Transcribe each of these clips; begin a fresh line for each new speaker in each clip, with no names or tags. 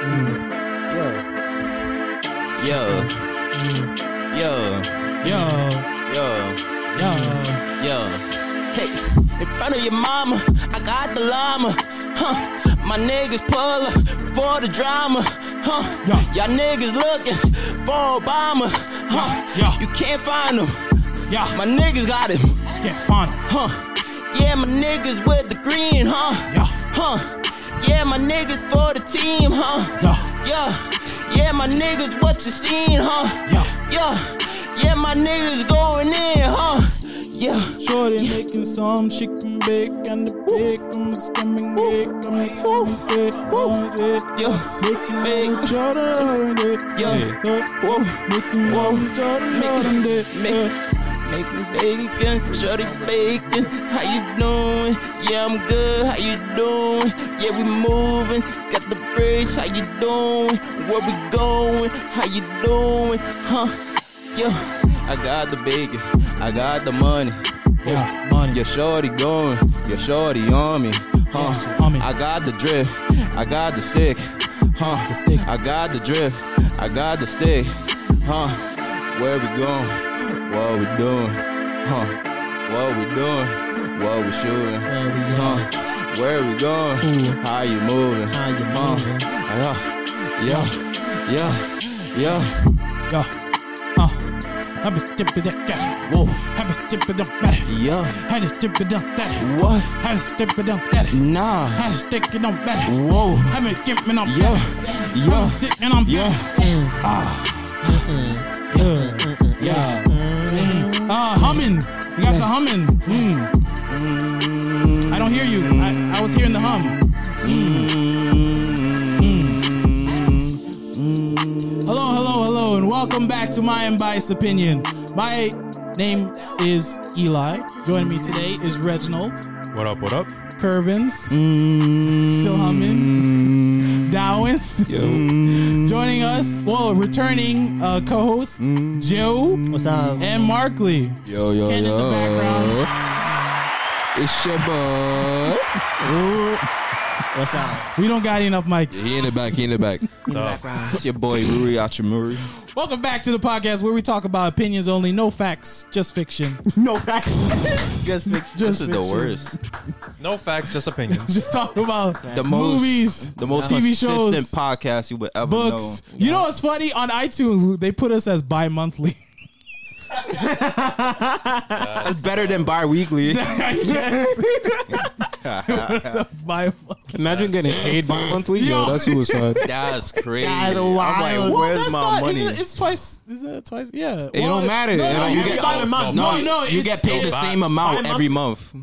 Mm. Yo. Yo.
Yo,
Yo.
yo.
Yo. Hey, in front of your mama, I got the llama. Huh. My niggas pull for the drama. Huh.
Yeah.
Y'all niggas looking for Obama. Huh.
Yeah, yeah.
You can't find him.
Yeah,
My niggas got him.
get fun.
Huh. Yeah, my niggas with the green, huh?
Yeah.
Huh. Yeah, my niggas for the team, huh?
Yeah,
Yeah. Yeah, my niggas what you seen, huh?
yeah.
Yeah, yeah, my niggas going in, huh? Yeah,
Shorty making some chicken bake and the bake. I'm skimming cake. I'm making cake. I'm cake.
yo,
Making
big,
me chowder and it.
Yo.
Whoa.
Whoa.
Making
Whoa.
me chowder and it.
make, make me bacon, shorty bacon. How you doing? Yeah, I'm good. How you doing? Yeah, we moving. Got the bricks. How you doing? Where we going? How you doing? Huh? Yeah, I got the bacon. I got the money.
Yeah, money.
Your shorty going, your shorty on me, huh?
On me.
I got the drip, I got the stick, huh?
The stick.
I got the drip, I got the stick, huh? Where we going? What we doing? Huh? What we doing? What we shooting?
Where we going?
Huh? Where we going?
Ooh.
How you moving?
How you
Huh?
moving?
Yeah, yeah, yeah, yeah.
Yeah. Uh, I've been skipping that gas.
Whoa,
I've been skipping the better.
yeah.
Had to skip it up that.
What?
Had to skip it up that.
Nah.
Had to stick it on better.
Whoa.
I've been skipping on
Yeah,
better. I'm
yeah,
sticking on
yeah.
better.
Yeah.
Uh, humming. You got the humming. Mm. I don't hear you. I, I was hearing the hum. Hmm. Hello, hello, hello, and welcome back to My Unbiased Opinion. My name is Eli. Joining me today is Reginald,
What up, what up?
Curvins,
Hmm.
still humming, Dowins. Joining us, well, returning uh, co-host Joe
Mm. What's up?
and Markley.
Yo, yo,
Ken in the
yo.
background.
It's your boy.
What's up?
We don't got enough mics.
He in the back, he in the back. It's your boy, Ruri Achimuri.
Welcome back to the podcast where we talk about opinions only, no facts, just fiction.
No facts. Just make
This is the worst.
No facts, just opinions.
just talk about
The most,
movies,
the most
TV
consistent
shows,
podcast you would ever
books. You know what's funny? On iTunes, they put us as bi-monthly.
know. It's better than bi-weekly.
I guess. It was a bi-monthly.
Imagine getting paid monthly. Yo,
Yo.
that's suicide.
That's crazy.
That's
I'm
wild.
like,
Well,
where's
That's
my
not-
money?
Is it, it's twice. Is it twice? Yeah. It
don't matter.
No,
It
no,
don't-
you
you
get
get-
by the
oh,
month.
no,
No, no.
you
it's-
get paid
it's-
the same amount
bi-monthly.
every month.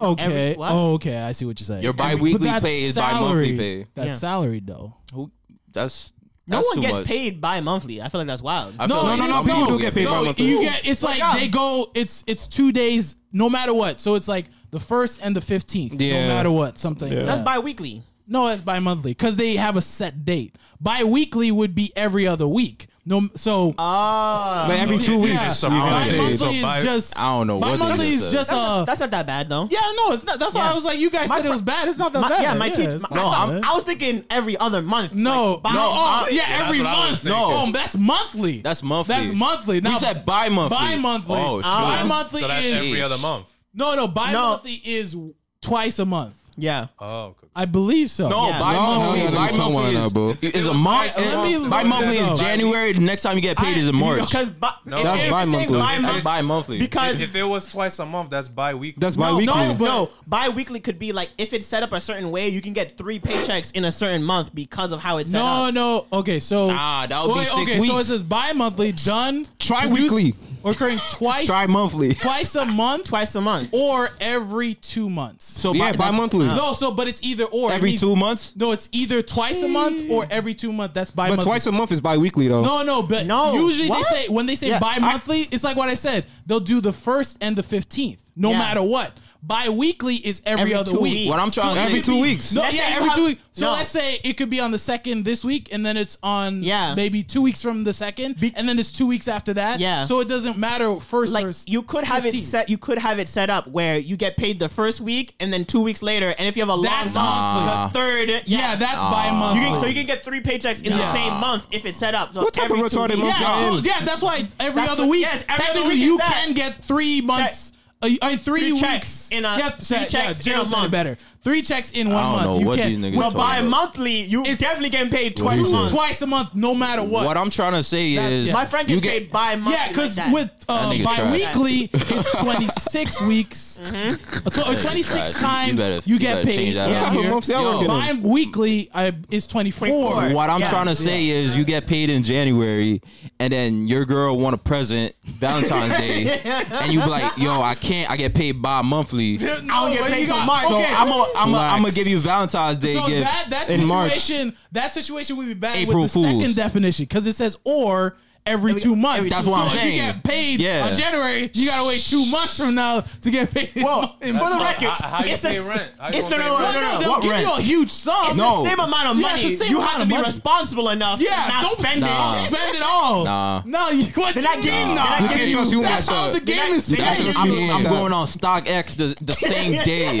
Okay.
Every- what?
oh, okay. I see what you're saying.
Your
But
bi-weekly
that's
pay is bi-monthly
salary.
pay.
That's
Yeah.
salary, though.
Who? That's
No
that's
one
too
gets
much.
paid bi-monthly. I feel like that's wild.
I feel
No,
like
no, no,
some people
no, no,
no,
No, you get it's like they go it's it's two days no matter what. So it's like the first and the fifteenth,
Yeah.
no matter what. Something like
that's
that.
bi-weekly.
no, that's bi monthly because they have a set date. Bi weekly would be every other week. No, so
Uh,
Ah.
Like every two
Yeah.
weeks, we
Bi-
get
bi
paid.
so
monthly
bi-
is just
I don't know what
Bi
this
monthly
is,
is
uh,
just
that's,
uh
not, that's not that bad though.
yeah no it's not. That's why
Yeah.
I was like you guys
My
said it
fir-
was bad. It's not that
My-
bad.
yeah, my
it's
teacher.
not
no,
bad.
I'm, I was thinking every other month.
no,
like, bi-
no, oh, yeah,
that's
every
what I was
month. No,
thinking.
that's monthly.
That's monthly.
That's monthly.
You
Now,
said bi-monthly.
bi-monthly.
Oh, shit.
Bi-monthly
So that's
is
every other month.
No, no, bi monthly is twice a month.
yeah.
Oh, okay.
I believe so.
No,
Yeah.
bi-monthly,
No, no, no, someone
bi-monthly
now,
is,
bro.
is a
was
month.
twice a
month,
and
though.
Bi-monthly
That's
is
bi-
January. The next time you get paid
I-
is in March.
Because bi-
No.
That's
if you're saying
bi-monthly.
bi-month-
That's bi-monthly.
because
If it was twice a month, that's bi-weekly.
That's
No,
bi-weekly.
no, but-
no, bi-weekly could be like if it's set up a certain way, you can get three paychecks in a certain month because of how it's set
No,
up.
no. Okay, so
Nah, that would be six
okay, so it
weeks.
says bi-monthly, done,
Tri-weekly.
produced, occurring twice,
Tri-monthly.
twice a month,
Twice a month.
or every two months.
so
yeah,
bi- that's-
bi-monthly.
no, so but it's either or It
Every
means-
two months.
No, it's either twice a month or every two months. That's
but
bi-monthly.
twice a month is bi-weekly though.
no, no, but
No,
usually
what?
they say when they say
Yeah,
bi-monthly, it's like what I said. They'll do the first and the fifteenth, no
Yeah.
matter what. bi-weekly is every,
Every
other
two
week.
weeks.
What I'm trying to
Every
say.
two
weeks.
No,
Let's say
yeah,
you
every
have-
two weeks. So
No.
let's say it could be on the second this week, and then it's on
Yeah.
maybe two weeks from the second, and then it's two weeks after that.
Yeah.
So it doesn't matter first or
like
s-
you could have it
15.
set you could have it set up where you get paid the first week and then two weeks later and if you have a long
That's
month
monthly.
the third yeah,
Yeah, that's bi-monthly.
you can, so you can get three paychecks in the same month if it's set up so
What type of
every two
retarded
weeks-
month
Yeah,
y'all
so-
in?
yeah, that's why every
That's
other
what-
week.
yes, every other
technically,
week
you
is that.
can get three months. Uh, uh, three,
Three
weeks
checks in a- three
sorry,
checks in
Jill
a
said it
month.
Better, three checks in one
don't
month.
know
you
what
can.
these niggas
Well,
talking
by
about.
bi-monthly you
It's-
definitely getting paid
What
twice
is
a
it?
month
twice a month, no matter what.
What I'm trying to say
That's-
is,
yeah.
my friend
you
gets paid bi-monthly
yeah, because
like that.
with uh,
nigga's trash. Mm-hmm.
bi-weekly, it's 26 weeks. Uh, tw- or 26
trash. You
times you,
better- you
get
better
paid.
change that
down
up. What type of
here.
months y'all
Yo.
working in?
Bi-weekly I, is 24.
24.
What I'm
Yeah.
trying to say is, you get paid in January, and then your girl want a present Valentine's Day, and you be like, "Yo, I can't. I get paid bi-monthly, so
I
get paid till March.
I'm
Okay.
gonna I'm gonna
Relax.
give you Valentine's Day
So
gift
that that
in March."
situation, that situation would be bad
April
with the
Fools.
second definition because it says or every, two months.
That's
so
what I'm
if
saying.
you get paid
Yeah.
on January, you gotta wait two months from now to get paid.
well for
in
the
not-
record
how- how you
it's the
pay
s-
rent? How you
it's no no
gonna pay
no
rent?
no,
no, no,
they'll
no
give
rent?
you a huge sum.
it's
No.
the same amount of
Yeah, it's
money
the same
you
amount
have to
of
be
money.
responsible enough
Yeah,
to not
don't
spend
Nah.
it
Don't spend it all.
Nah.
No, you, what
They're
you
not giving-
mean,
they're
nah?
not
You can't giving trust you. you
That's
guys,
how
uh,
the
they're
game
not-
is.
they're not
played.
giving
I'm, I'm
Yo,
going on StockX the, the same day.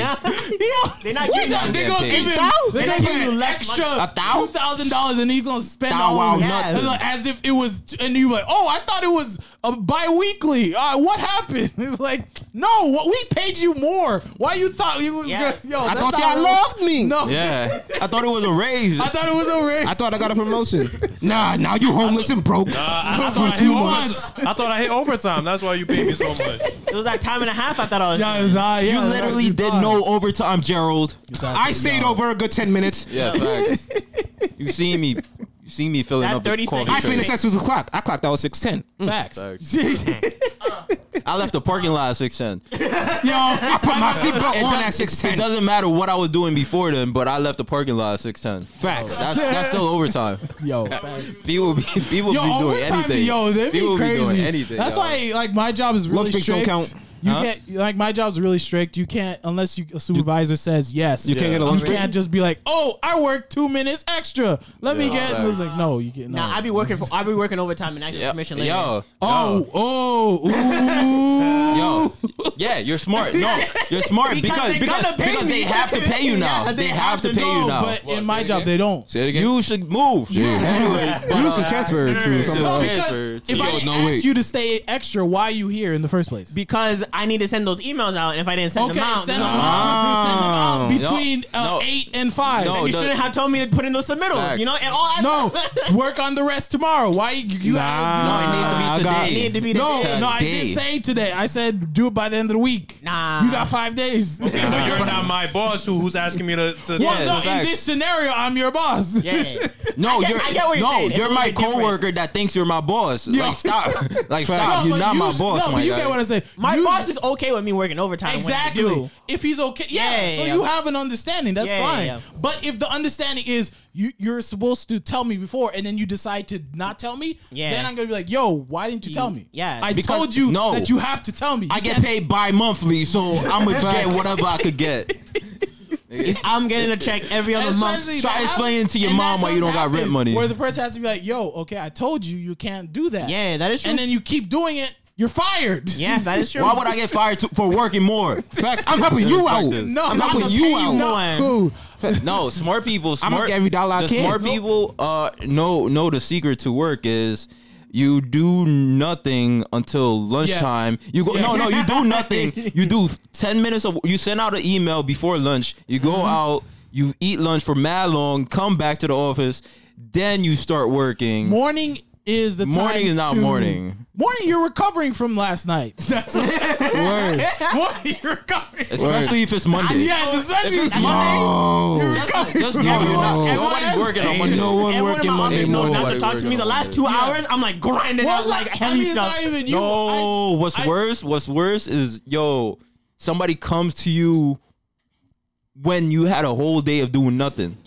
They're not
we
giving
done-
you-
They're
getting
gonna
paid.
give him. They're
They're
gonna
not
give
giving
you
you
an
less
extra
money.
two thousand dollars, and he's gonna spend
Thou
all
wow
of it.
nothing.
It's like, as if it was a new. Like, oh, I thought it was a bi-weekly. Uh, what happened? It's like, no, what, we paid you more. Why you thought you was?
Yes.
good? Yo,
I
that's
thought
not how
y'all
it was.
loved me.
No,
Yeah, I thought it was a raise.
I thought it was a raise.
I thought I got a promotion. nah, now you homeless and broke.
I, I
For
thought I hit
two
months. I thought I hit overtime. That's why you paid me so much.
it was like time and a half I thought I was
Yeah, nah, yeah,
you
that's what
literally
you
did
thought.
no overtime, Gerald.
I stayed
over a good ten minutes. Yeah, facts. you seen me. You seen me filling
That
up the
30
coffee.
seconds. I
tray.
finished at
six o'clock. I clocked out six ten.
facts.
I left the parking lot at six ten.
Yo, I put my
It does- It doesn't matter what I was doing before then, but I left the parking lot at six ten.
Facts.
That's that's still overtime.
Yo, facts.
People be people
Yo,
be doing
overtime,
anything.
yo, they be
people
crazy.
be doing anything.
That's
yo.
why, like, my job is really
Lunch breaks don't
strict.
count.
You
Huh?
can't, like, my job's really strict. You can't unless you a supervisor says yes. You
can't get a lunch
You
break?
can't just be like, oh, I work two minutes extra. Let me
Yeah.
get.
Nah.
It's like, no, you can't.
Nah,
no.
I be working for I be working overtime and I get
Oh. Yeah,
permission later.
yo,
Oh, oh, ooh.
yo, yeah, you're smart. No, you're smart
Because
because
they
because,
gotta pay
because
me.
they have to pay you now.
Yeah,
they, have to pay
no,
you now.
But
What,
in
say
my
it
job,
again?
they don't.
You should move. Anyway, but,
You
uh,
should transfer to
No,
someone
No,
else.
transfer
because
to-
if I
Yo,
didn't
no,
ask
wait.
you to stay extra, why are you here in the first place?
Because I need to send those emails out, and if I didn't send
Okay,
them out,
send them
then-
out. Send them out
No,
between uh,
no.
eight and five.
No,
you
the-
shouldn't have told me to put in those submittals.
Facts.
You know, and all I
No, work on the rest tomorrow. Why you, you
No,
gotta
it
do
needs to be
it?
today.
I need to be the
No, no, I
Today.
didn't say today. I said do it by the end of the week.
Nah.
you got five days.
Yeah, but you're not my boss who, who's asking me to. to
Well,
Yeah,
no, in
facts.
this scenario, I'm your boss.
Yeah.
No,
I get-
you're
I get what you're
no,
saying. It's
you're
a
my
little different.
coworker that thinks you're my boss. Like stop, like
No,
stop.
but
You're not
you
my
should-
boss,
No,
my
but you
guy.
get what I say.
My
You-
boss is okay with me working overtime. when I do.
Exactly. If he's okay, yeah.
Yeah,
so
yeah,
you
yeah.
have an understanding. That's
Yeah, yeah,
fine.
yeah.
But if the understanding is you, you're supposed to tell me before, and then you decide to not tell me,
Yeah.
then I'm gonna be like, "Yo, why didn't you tell me?
yeah.
I
Because-
told you
no.
that you have to tell me.
I
You
get
can't-
paid bi-monthly, so I'm gonna get whatever I could get.
I'm getting a check every other month.
Especially
Try
that
explaining
happens-
to your
and
mom
that
why you
does
don't got rent
happen,
money.
Where the person has to be like, "Yo, okay, I told you you can't do that."
Yeah, that is true.
and then you keep doing it, you're fired.
yeah, that is true.
Why would I get fired to, for working more? Facts. I'm helping
you out.
No,
I'm helping
gonna
you
pay
out.
No.
No, smart people. Smart,
I'ma get every dollar I
the
can.
Smart people uh, know know the secret to work is you do nothing until lunchtime. You go no no you do nothing. you do ten minutes of you send out an email before lunch. You go out. You eat lunch for mad long. Come back to the office. Then you start working.
Morning is the
Morning
time
is not
to-
morning.
Morning, you're recovering from last night. That's what
Word.
morning, you're recovering.
Especially if it's Monday.
Yes, especially
If
if
it's
it's Monday.
Oh,
Monday,
You're
just,
recovering.
just know you're not.
Everyone
Nobody's
else-
working on Monday.
No
Everyone
one
in
working
my
Monday
office knows
morning.
not to
Nobody
talk to me.
working
The last two hours, I'm like grinding
Well,
out
it's
like
I
heavy
mean, it's
stuff.
not even you.
No,
I-
what's
I-
worse? What's worse is yo, somebody comes to you
when you had a whole day of doing nothing.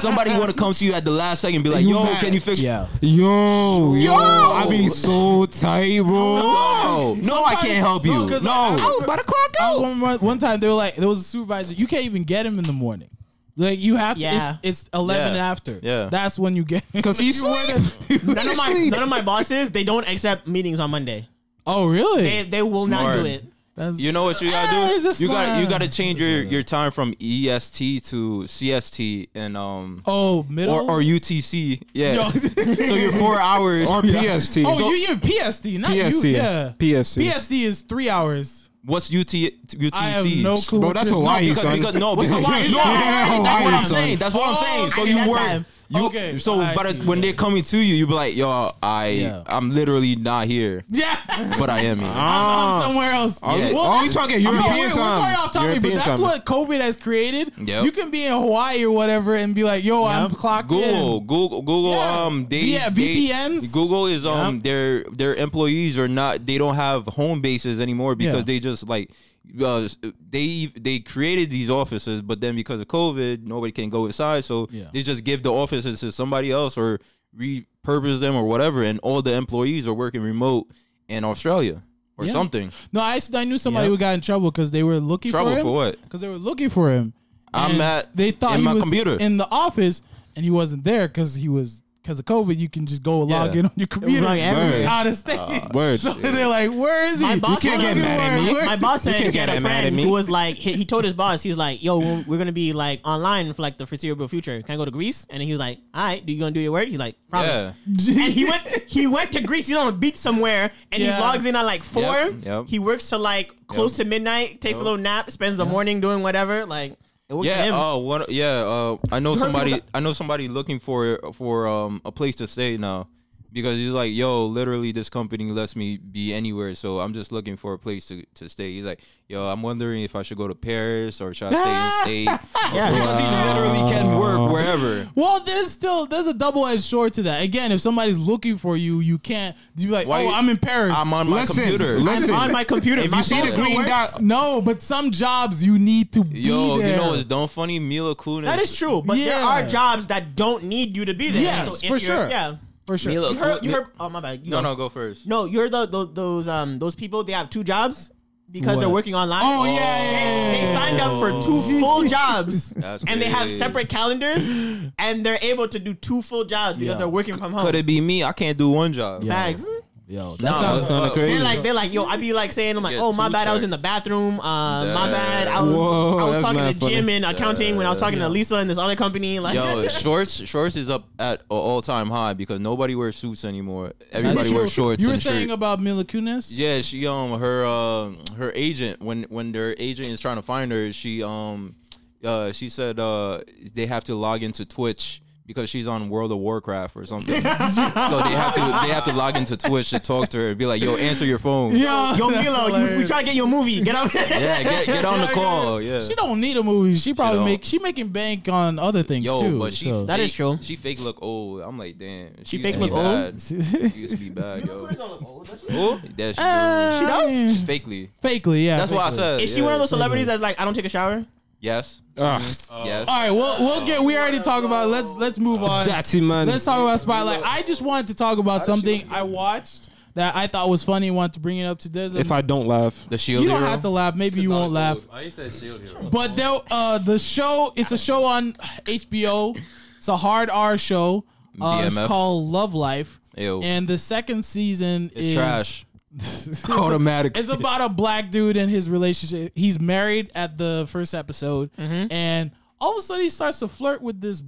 Somebody want to come to you at the last second and be like,
You
yo,
Oh,
mad.
can you fix
Yo, yo, yo, I be so tight, bro.
No, no, I can't help you. No,
Oh, by the clock
I was
out.
one, one time they were like, there was a supervisor. You can't even get him in the morning. Like you have to.
Yeah.
It's, it's eleven
Yeah.
after.
Yeah.
That's when you get.
Cause he sleep.
None of my none of my bosses they don't accept meetings on Monday.
oh really?
They they will not
Smart.
do it.
That's,
You know what you
Eh,
gotta
it's just
do? You gotta you
fine.
gotta change your, your time from EST to CST and um
oh middle.
or, or UTC. Yeah.
Yo.
so you're four hours.
or PST.
oh, you you're PST, not
PST.
you. Yeah.
PST.
PST is three hours.
What's UT UTC?
I have no clue.
Bro,
what
that's
this-
Hawaii,
because,
son.
because- no,
What's
because
Hawaii?
no,
Yeah,
that's what
Hawaii,
I'm
son.
saying. That's what
Oh,
I'm saying. So you
that
work.
time.
You,
Okay,
So
I
but
see.
when they coming to you, you be like, yo, I
Yeah.
I'm literally not here,
Uh,
Yeah.
but I am here.
I'm
Ah.
somewhere else.
you-
Well,
oh, you
that's-
talking
I mean,
European
we're- we're
time.
going off topic,
European
but that's
time.
what COVID has created.
Yep.
You can be in Hawaii or whatever and be like, "Yo, I'm clocked
Google,
in."
Google, Google.
Yeah.
Um, they
Yeah,
they-
VPNs.
Google is um
Yep.
their their employees are not they don't have home bases anymore because
Yeah.
they just like uh, they they created these offices, but then because of COVID, nobody can go inside, so
Yeah.
they just give the offices to somebody else or repurpose them or whatever, and all the employees are working remote in Australia or
Yeah.
something.
No, I, actually- I knew somebody
Yep.
who got in trouble because they were looking
Trouble
for him.
for what?
Because they were looking for him.
I'm
And
at-
They thought
in
he
my
was
computer.
in the office, and he wasn't there because he was because of COVID. You can just go log
Yeah. Uh,
in on your computer.
Wrong everywhere.
It's out of state.
word.
So they're like, "Where is he?"
My boss
can't
told
get mad at me.
My, my boss
You
said
can't
he
get
had a
mad at
friend
me.
who was like, he, he told his boss, he's like, "Yo, we're, we're gonna be like online for like the foreseeable future. Can I go to Greece?" And he was like, "All right, do you gonna do your work?" He's like, "Promise." And he went, he went to Greece. He's on a beach somewhere, and
Yeah.
he logs in at like four.
yep.
He works till like close to midnight, takes a little nap, spends the morning doing whatever. Like it works for
Yeah.
him.
Oh, one. Yeah. Uh, I know
heard
somebody.
people
I know somebody looking for for um a place to stay now, because he's like, yo, literally, this company lets me be anywhere, so I'm just looking for a place to, to stay. He's like, yo, I'm wondering if I should go to Paris or should I stay in Uh, state?
Yeah.
Because he literally can work wherever.
Well, there's still there's a double edged sword to that. Again, if somebody's looking for you, you can't. You be like,
Why-
oh, I'm in Paris.
I'm on my
Listen,
computer.
listen.
on my computer.
If
My
you see
phone
the
still
green
works.
dot,
no, but some jobs you need to
Yo,
be there.
you know it's dumb funny Mila Kunis.
that is true, but there
Yeah.
are jobs that don't need you to be there.
Yes,
so if
for
you're-
sure.
Yeah,
for sure.
Mila
you heard, you
Kunis-
heard. Oh my bad. You
No,
go.
no, go first.
No, you're the, tho- those um those people. They have two jobs because they're
What?
working online.
Oh yeah, yeah, yeah,
They
yeah.
signed up for two full jobs,
That's
and they have
crazy.
separate calendars, and they're able to do two full jobs because
Yeah.
they're working from home.
Could it be me? I can't do one job.
Facts.
Yo, that
Nah,
sounds
uh,
kind of crazy.
They're like, they're like, yo, I be like saying, I'm like,
Yeah,
oh my
two
bad, I was in the
checks.
bathroom. Uh, my
Yeah.
bad, I was,
Whoa,
I was
that's
talking
not
to Jim
funny.
in accounting when I was talking to Lisa in this other company. Like,
Yo, shorts shorts is up at an all time high because nobody wears suits anymore.
That's
Everybody
true.
wears shorts.
You were
and
saying uh,
shirts.
about Mila Kunis?
Yeah, she um her uh, her agent when when their agent is trying to find her, she um uh she said uh they have to log into Twitch because she's on World of Warcraft or something. so they have to they have to log into Twitch to talk to her and be like, "Yo, answer your phone."
Yo,
yo,
that's
Milo, you, we
hilarious.
trying to get you a movie. Get up.
Yeah, get get on the call. Yeah.
She don't need a movie. She probably
don't.
make she making bank on other things
Yo,
too.
but she
so.
That is
fake-
true.
She fake look old. I'm like, damn. She,
fake
used to
look
be
old?
bad. She used to be bad, yo. Who? That she
Uh,
do.
does?
She fakely.
fakely, yeah.
That's why I
fakely.
said.
Is she
yeah.
one of those celebrities that's like, I don't take a shower?
Yes. Mm-hmm. Yes.
All right, we'll we'll get. We already talked about. It. Let's let's move on.
Dati man.
Let's talk about Spotlight. I just wanted to talk about something I watched that I thought was funny. and Wanted to bring it up to this.
If I don't laugh,
The shield.
you don't
hero?
have to laugh, maybe you won't laugh.
I said shield hero.
But there, uh, the show. It's a show on HBO. It's a hard R show. Uh, it's
BMF.
called Love Life.
Ew.
And the second season
it's
is
trash.
automatic.
It's about a black dude and his relationship. He's married at the first episode,
Mm-hmm.
and all of a sudden he starts to flirt with this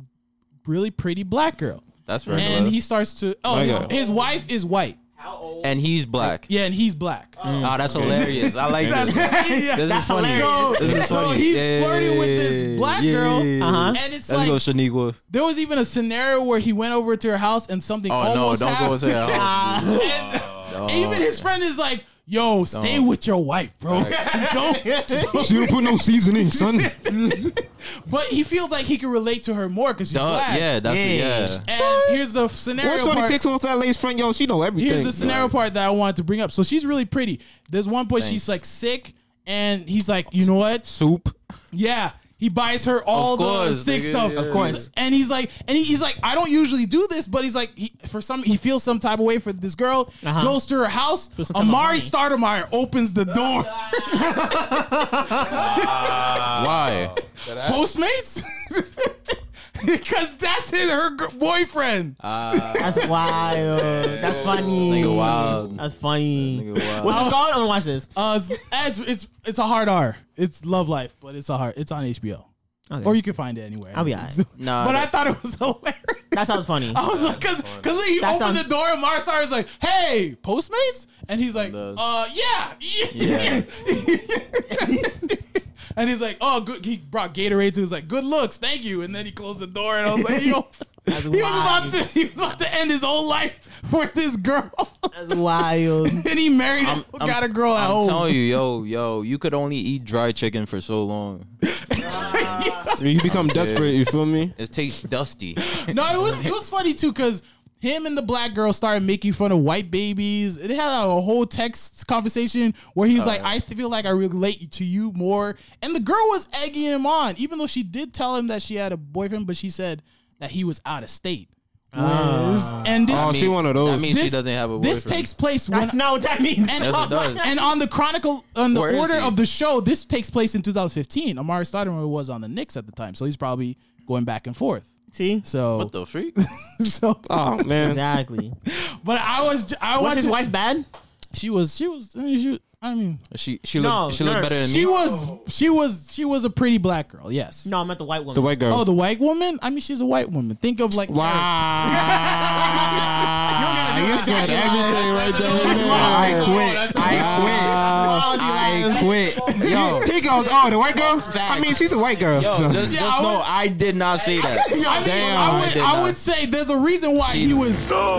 really pretty black girl.
That's right.
And he starts to oh, his, his wife is white.
and he's black.
Yeah, and he's black.
Oh, that's hilarious. I like this. This
yeah.
is funny.
hilarious.
This is
So
funny.
he's flirting with this
Yeah,
black
yeah,
girl,
yeah, yeah.
Uh-huh.
and it's
Let's
like
go, Shaniqua.
there was even a scenario where he went over to her house and something
Oh no,
almost
don't
happened.
go to that house.
And even his friend is like, "Yo, stay with your wife, bro. don't
she don't put no seasoning, son.
But he feels like he can relate to her more because she's
Duh,
black.
Uh, yeah, that's it.
Yeah.
Yeah.
And here's the scenario
Once Shorty
part.
takes off that lace front, yo, she know everything.
Here's the scenario part that I wanted to bring up. So she's really pretty. There's one point she's
Thanks.
like sick, and he's like, you know what?
Soup.
Yeah. He buys her all the
course,
sick
nigga,
stuff.
yeah. Of
course. And he's like, and he, he's like, I don't usually do this, but he's like, he, for some, he feels some type of way for this girl.
Uh-huh.
Goes to her house.
Feels some type of
Amari
honey.
Stoudemire opens the door. Uh,
Why?
Postmates. Because that's his her gr- boyfriend.
Uh. That's wild. That's funny.
oh.
Nigga wild.
That's funny.
Nigga wild.
What's this called? I'm gonna watch this.
Uh, it's, it's it's it's a hard R. It's Love Life, but it's a hard. It's on HBO,
Okay.
or you can find it anywhere.
I'll be alright.
Nah,
but I
that-
thought it was hilarious.
That sounds funny.
I was like, because because he
That
opened
sounds-
the door and Marsar is like, "Hey, Postmates," and he's like,
Those.
"Uh, yeah, yeah." and he's like, "Oh, good." He brought Gatorade to. He's like, "Good looks, thank you." And then he closed the door, and I was like, "Yo."
That's
He was about
wild.
to he was about to end his whole life for this girl.
That's wild.
and he married got a girl at
I'm
home.
telling you, yo, yo, you could only eat dry chicken for so long.
You become
serious.
desperate. You feel me?
It tastes dusty.
No, it was it was funny too because him and the black girl started making fun of white babies. It had a whole text conversation where he's
Uh.
like, "I feel like I relate to you more," and the girl was egging him on, even though she did tell him that she had a boyfriend, but she said that he was out of state. and this,
Oh, she one of those.
That means
this,
she doesn't have a boyfriend.
this takes place when
That's not what that means.
and,
Yes, it does.
and on the chronicle, on the
Where is
order
he?
of the show, this takes place in 2015. Amari Stoudemire was on the Knicks at the time, so he's probably going back and forth.
See?
So,
What the freak?
so
Oh man.
Exactly.
But I was, j- I
Was
watched.
his wife bad?
She was, she was, I mean, she was- I mean,
She she
No,
looked she looked
no,
better than
she
me.
was, she was, she was a pretty black girl. Yes.
No, I meant the white woman.
The white girl.
Oh, the white woman. I mean, she's a white woman. Think of like
Wow. you said everything right there. I quit. I quit. I quit. Yo, he goes, oh, the white girl. I mean, she's a white girl.
Yo, just, just
Yeah, I
know
was-
I did not say that.
I mean,
Damn,
I
I
would,
did
I,
not.
would say there's a reason why he was so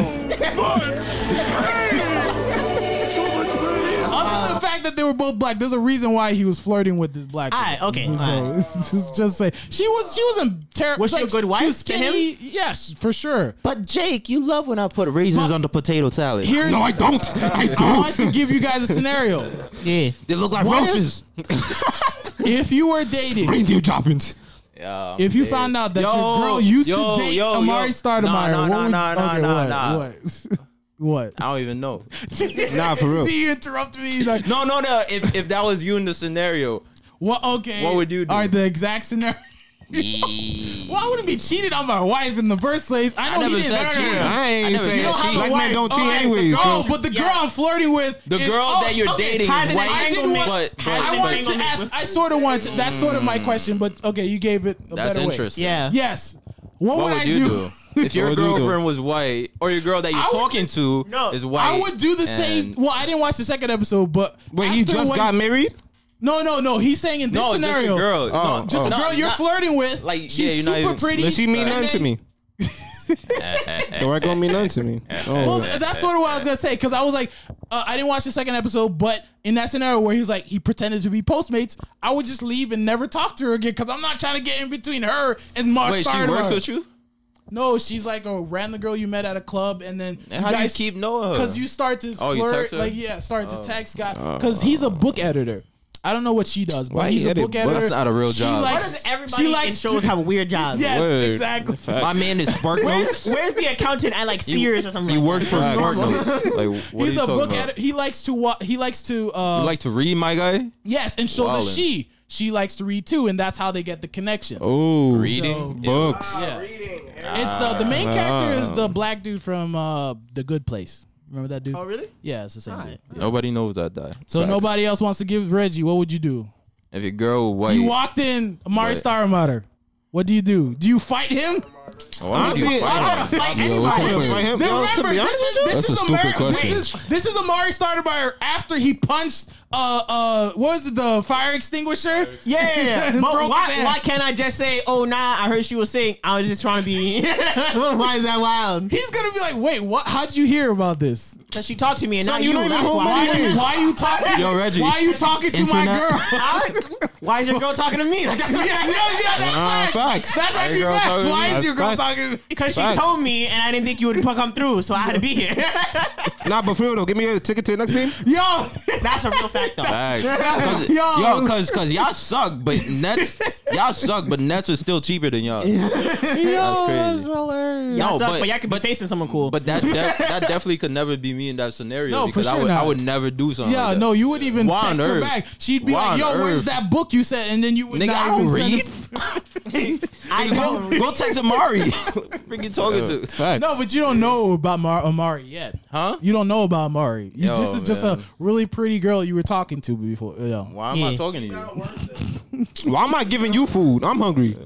Other than the fact that they were both black, there's a reason why he was flirting with this black.
Alright,
girl.
okay,
So
alright.
it's just, just say she was she was in terrible.
Was she a good wife
She was
to him?
skinny. Yes, for sure.
But Jake, you love when I put raisins on the potato salad.
Here's
No, I don't. I
I want to
don't.
give you guys a scenario.
Yeah.
They look like
What if-
roaches.
If you were dating,
Reindeer droppings.
Yeah,
if you
man.
found out that
Yo,
your girl used
yo,
to date
yo, yo.
Amari Stoudemire,
Nah,
what
nah, nah,
would-
nah, nah,
okay,
nah,
what,
nah.
What?
I don't even know.
what?
Nah, for real.
See, you interrupt me. Like,
No, no, no. If if that was you in the scenario,
What? Okay.
What would you do?
All right, the exact scenario. well, I wouldn't be cheated on my wife in the first place. I know
never
he didn't. no, no, no,
said cheat.
no.
I ain't
never
saying
said
cheat.
cheat.
Black
All
men
right,
don't
all
cheat
Oh,
right,
anyways.
The girl,
so-
but the girl I'm flirting with,
the
is-
girl
oh,
that you're
okay.
dating
has
is
an
white.
entanglement. Has
But, but-
I
an
but-
wanted to
entanglement
ask.
with-
I sort of want. To, that's sort of my question, but okay, you gave it. A
Mm. that's
better way.
interesting.
Yeah.
Yes. What,
What
would,
would
I
you
do?
do? If your
What would you do?
girlfriend was white, or your girl that you're
I would
talking to
No.
is white,
I would do the same.
and-
Well, I didn't watch the second episode, but
Wait, he
after
just
what-
got married?
No, no, no. He's saying in this
no,
scenario,
just a girl.
Oh,
no,
oh.
just a
no,
girl you're
not-
flirting with.
like, yeah,
she's
you're not
super
even-
pretty.
Does she mean
and
nothing to
then-
me? the white girl mean nothing to me.
Well,
Oh.
th- that's sort of what I was gonna say because I was like, uh, I didn't watch the second episode, but in that scenario where he's like he pretended to be Postmates, I would just leave and never talk to her again because I'm not trying to get in between her and Mark.
Wait, she
Starr.
works with you?
No, she's like a random girl you met at a club, and then
And how do you keep knowing her?
Because you start to
Oh, you
flirt,
text her? Oh.
like yeah, start to text guy because he's a book editor. I don't know what she does, but
Why
he's
he
a
edit
book
books?
editor.
That's not a real
She
job.
Why
likes-
does everybody
she
in
likes
shows
to-
have weird jobs?
Yes,
Word.
exactly.
My man is Spark
Where's,
Notes.
where's the accountant at like Sears or something?
He
like
works for
that?
Spark Notes. Like, what
He's
are
a
you talking
book
about?
editor. He likes to wa- he likes to uh,
You like to read, my guy?
Yes, and so does
Wildin'.
she. She likes to read too, and that's how they get the connection.
Oh,
Reading?
books.
It's uh, the main character is
Ah.
the black dude from uh, The Good Place. Remember that dude?
Oh, really?
Yeah, it's the same. dude.
Nobody knows that guy.
So nobody else wants to give Reggie. What would you do?
If your girl white,
You walked in, Amari
Right.
Stoudemire. What do you do? Do you fight him?
Why would you
Honestly,
fight
I
him?
Fight
Yo,
anybody.
what's Yo, up with to him?
Then
Yo, to
remember,
be
this
honest
is
with you,
this
that's
is
a stupid
Amari.
question.
This is this is Amari Stoudemire after he punched uh uh what was it the fire extinguisher?
Yeah, yeah, yeah. but
Broke
why,
his ass.
why can't I just say, oh, nah, I heard she was saying, I was just trying to be. why is that wild?
He's gonna be like, wait, what? How'd you hear about this?
Because she talked to me and
Son,
not
you
you.
don't even
That's
hold
why.
money
Why,
in.
Why are you talking?
Yo, Reggie.
Why are you talking to my
Internet.
girl?
why is your girl talking to me? Like, that's
yeah, yeah, yeah, that's
Uh,
facts.
facts.
That's
Why
actually
your girl
facts.
talking to
Why
me?
is
That's
your girl talking.
Because she
Facts.
told me, and I didn't think you would come through, so I had to be here.
Nah, but for real though, give me a ticket to the next team.
Yo,
That's a real fact, though.
Facts.
yo,
Yo, because because y'all suck, but Nets y'all suck, but Nets is still cheaper than y'all.
yo,
crazy.
hilarious.
Y'all
No,
suck,
but-
but, y'all could be facing someone cool.
But that, that that definitely could never be me in that scenario
No, for
because I
sure
would I
not.
would never do something.
Yeah,
like that.
no, you wouldn't even
Why on
text her
earth?
back. She'd be
Why
like,
on
"Yo, where's
earth?
that book you said?" And then you would
Nigga,
not
I
even
don't
send
read.
it-
I
Go,
know.
go text Amari. Freaking talking to
Facts.
No, but you don't know about Mar- Amari yet.
huh?
You don't know about Amari. You
Yo,
just is just
man.
a really pretty girl you were talking to before. Yeah.
Why am I
Yeah.
talking to you?
Why am I giving you food? I'm hungry.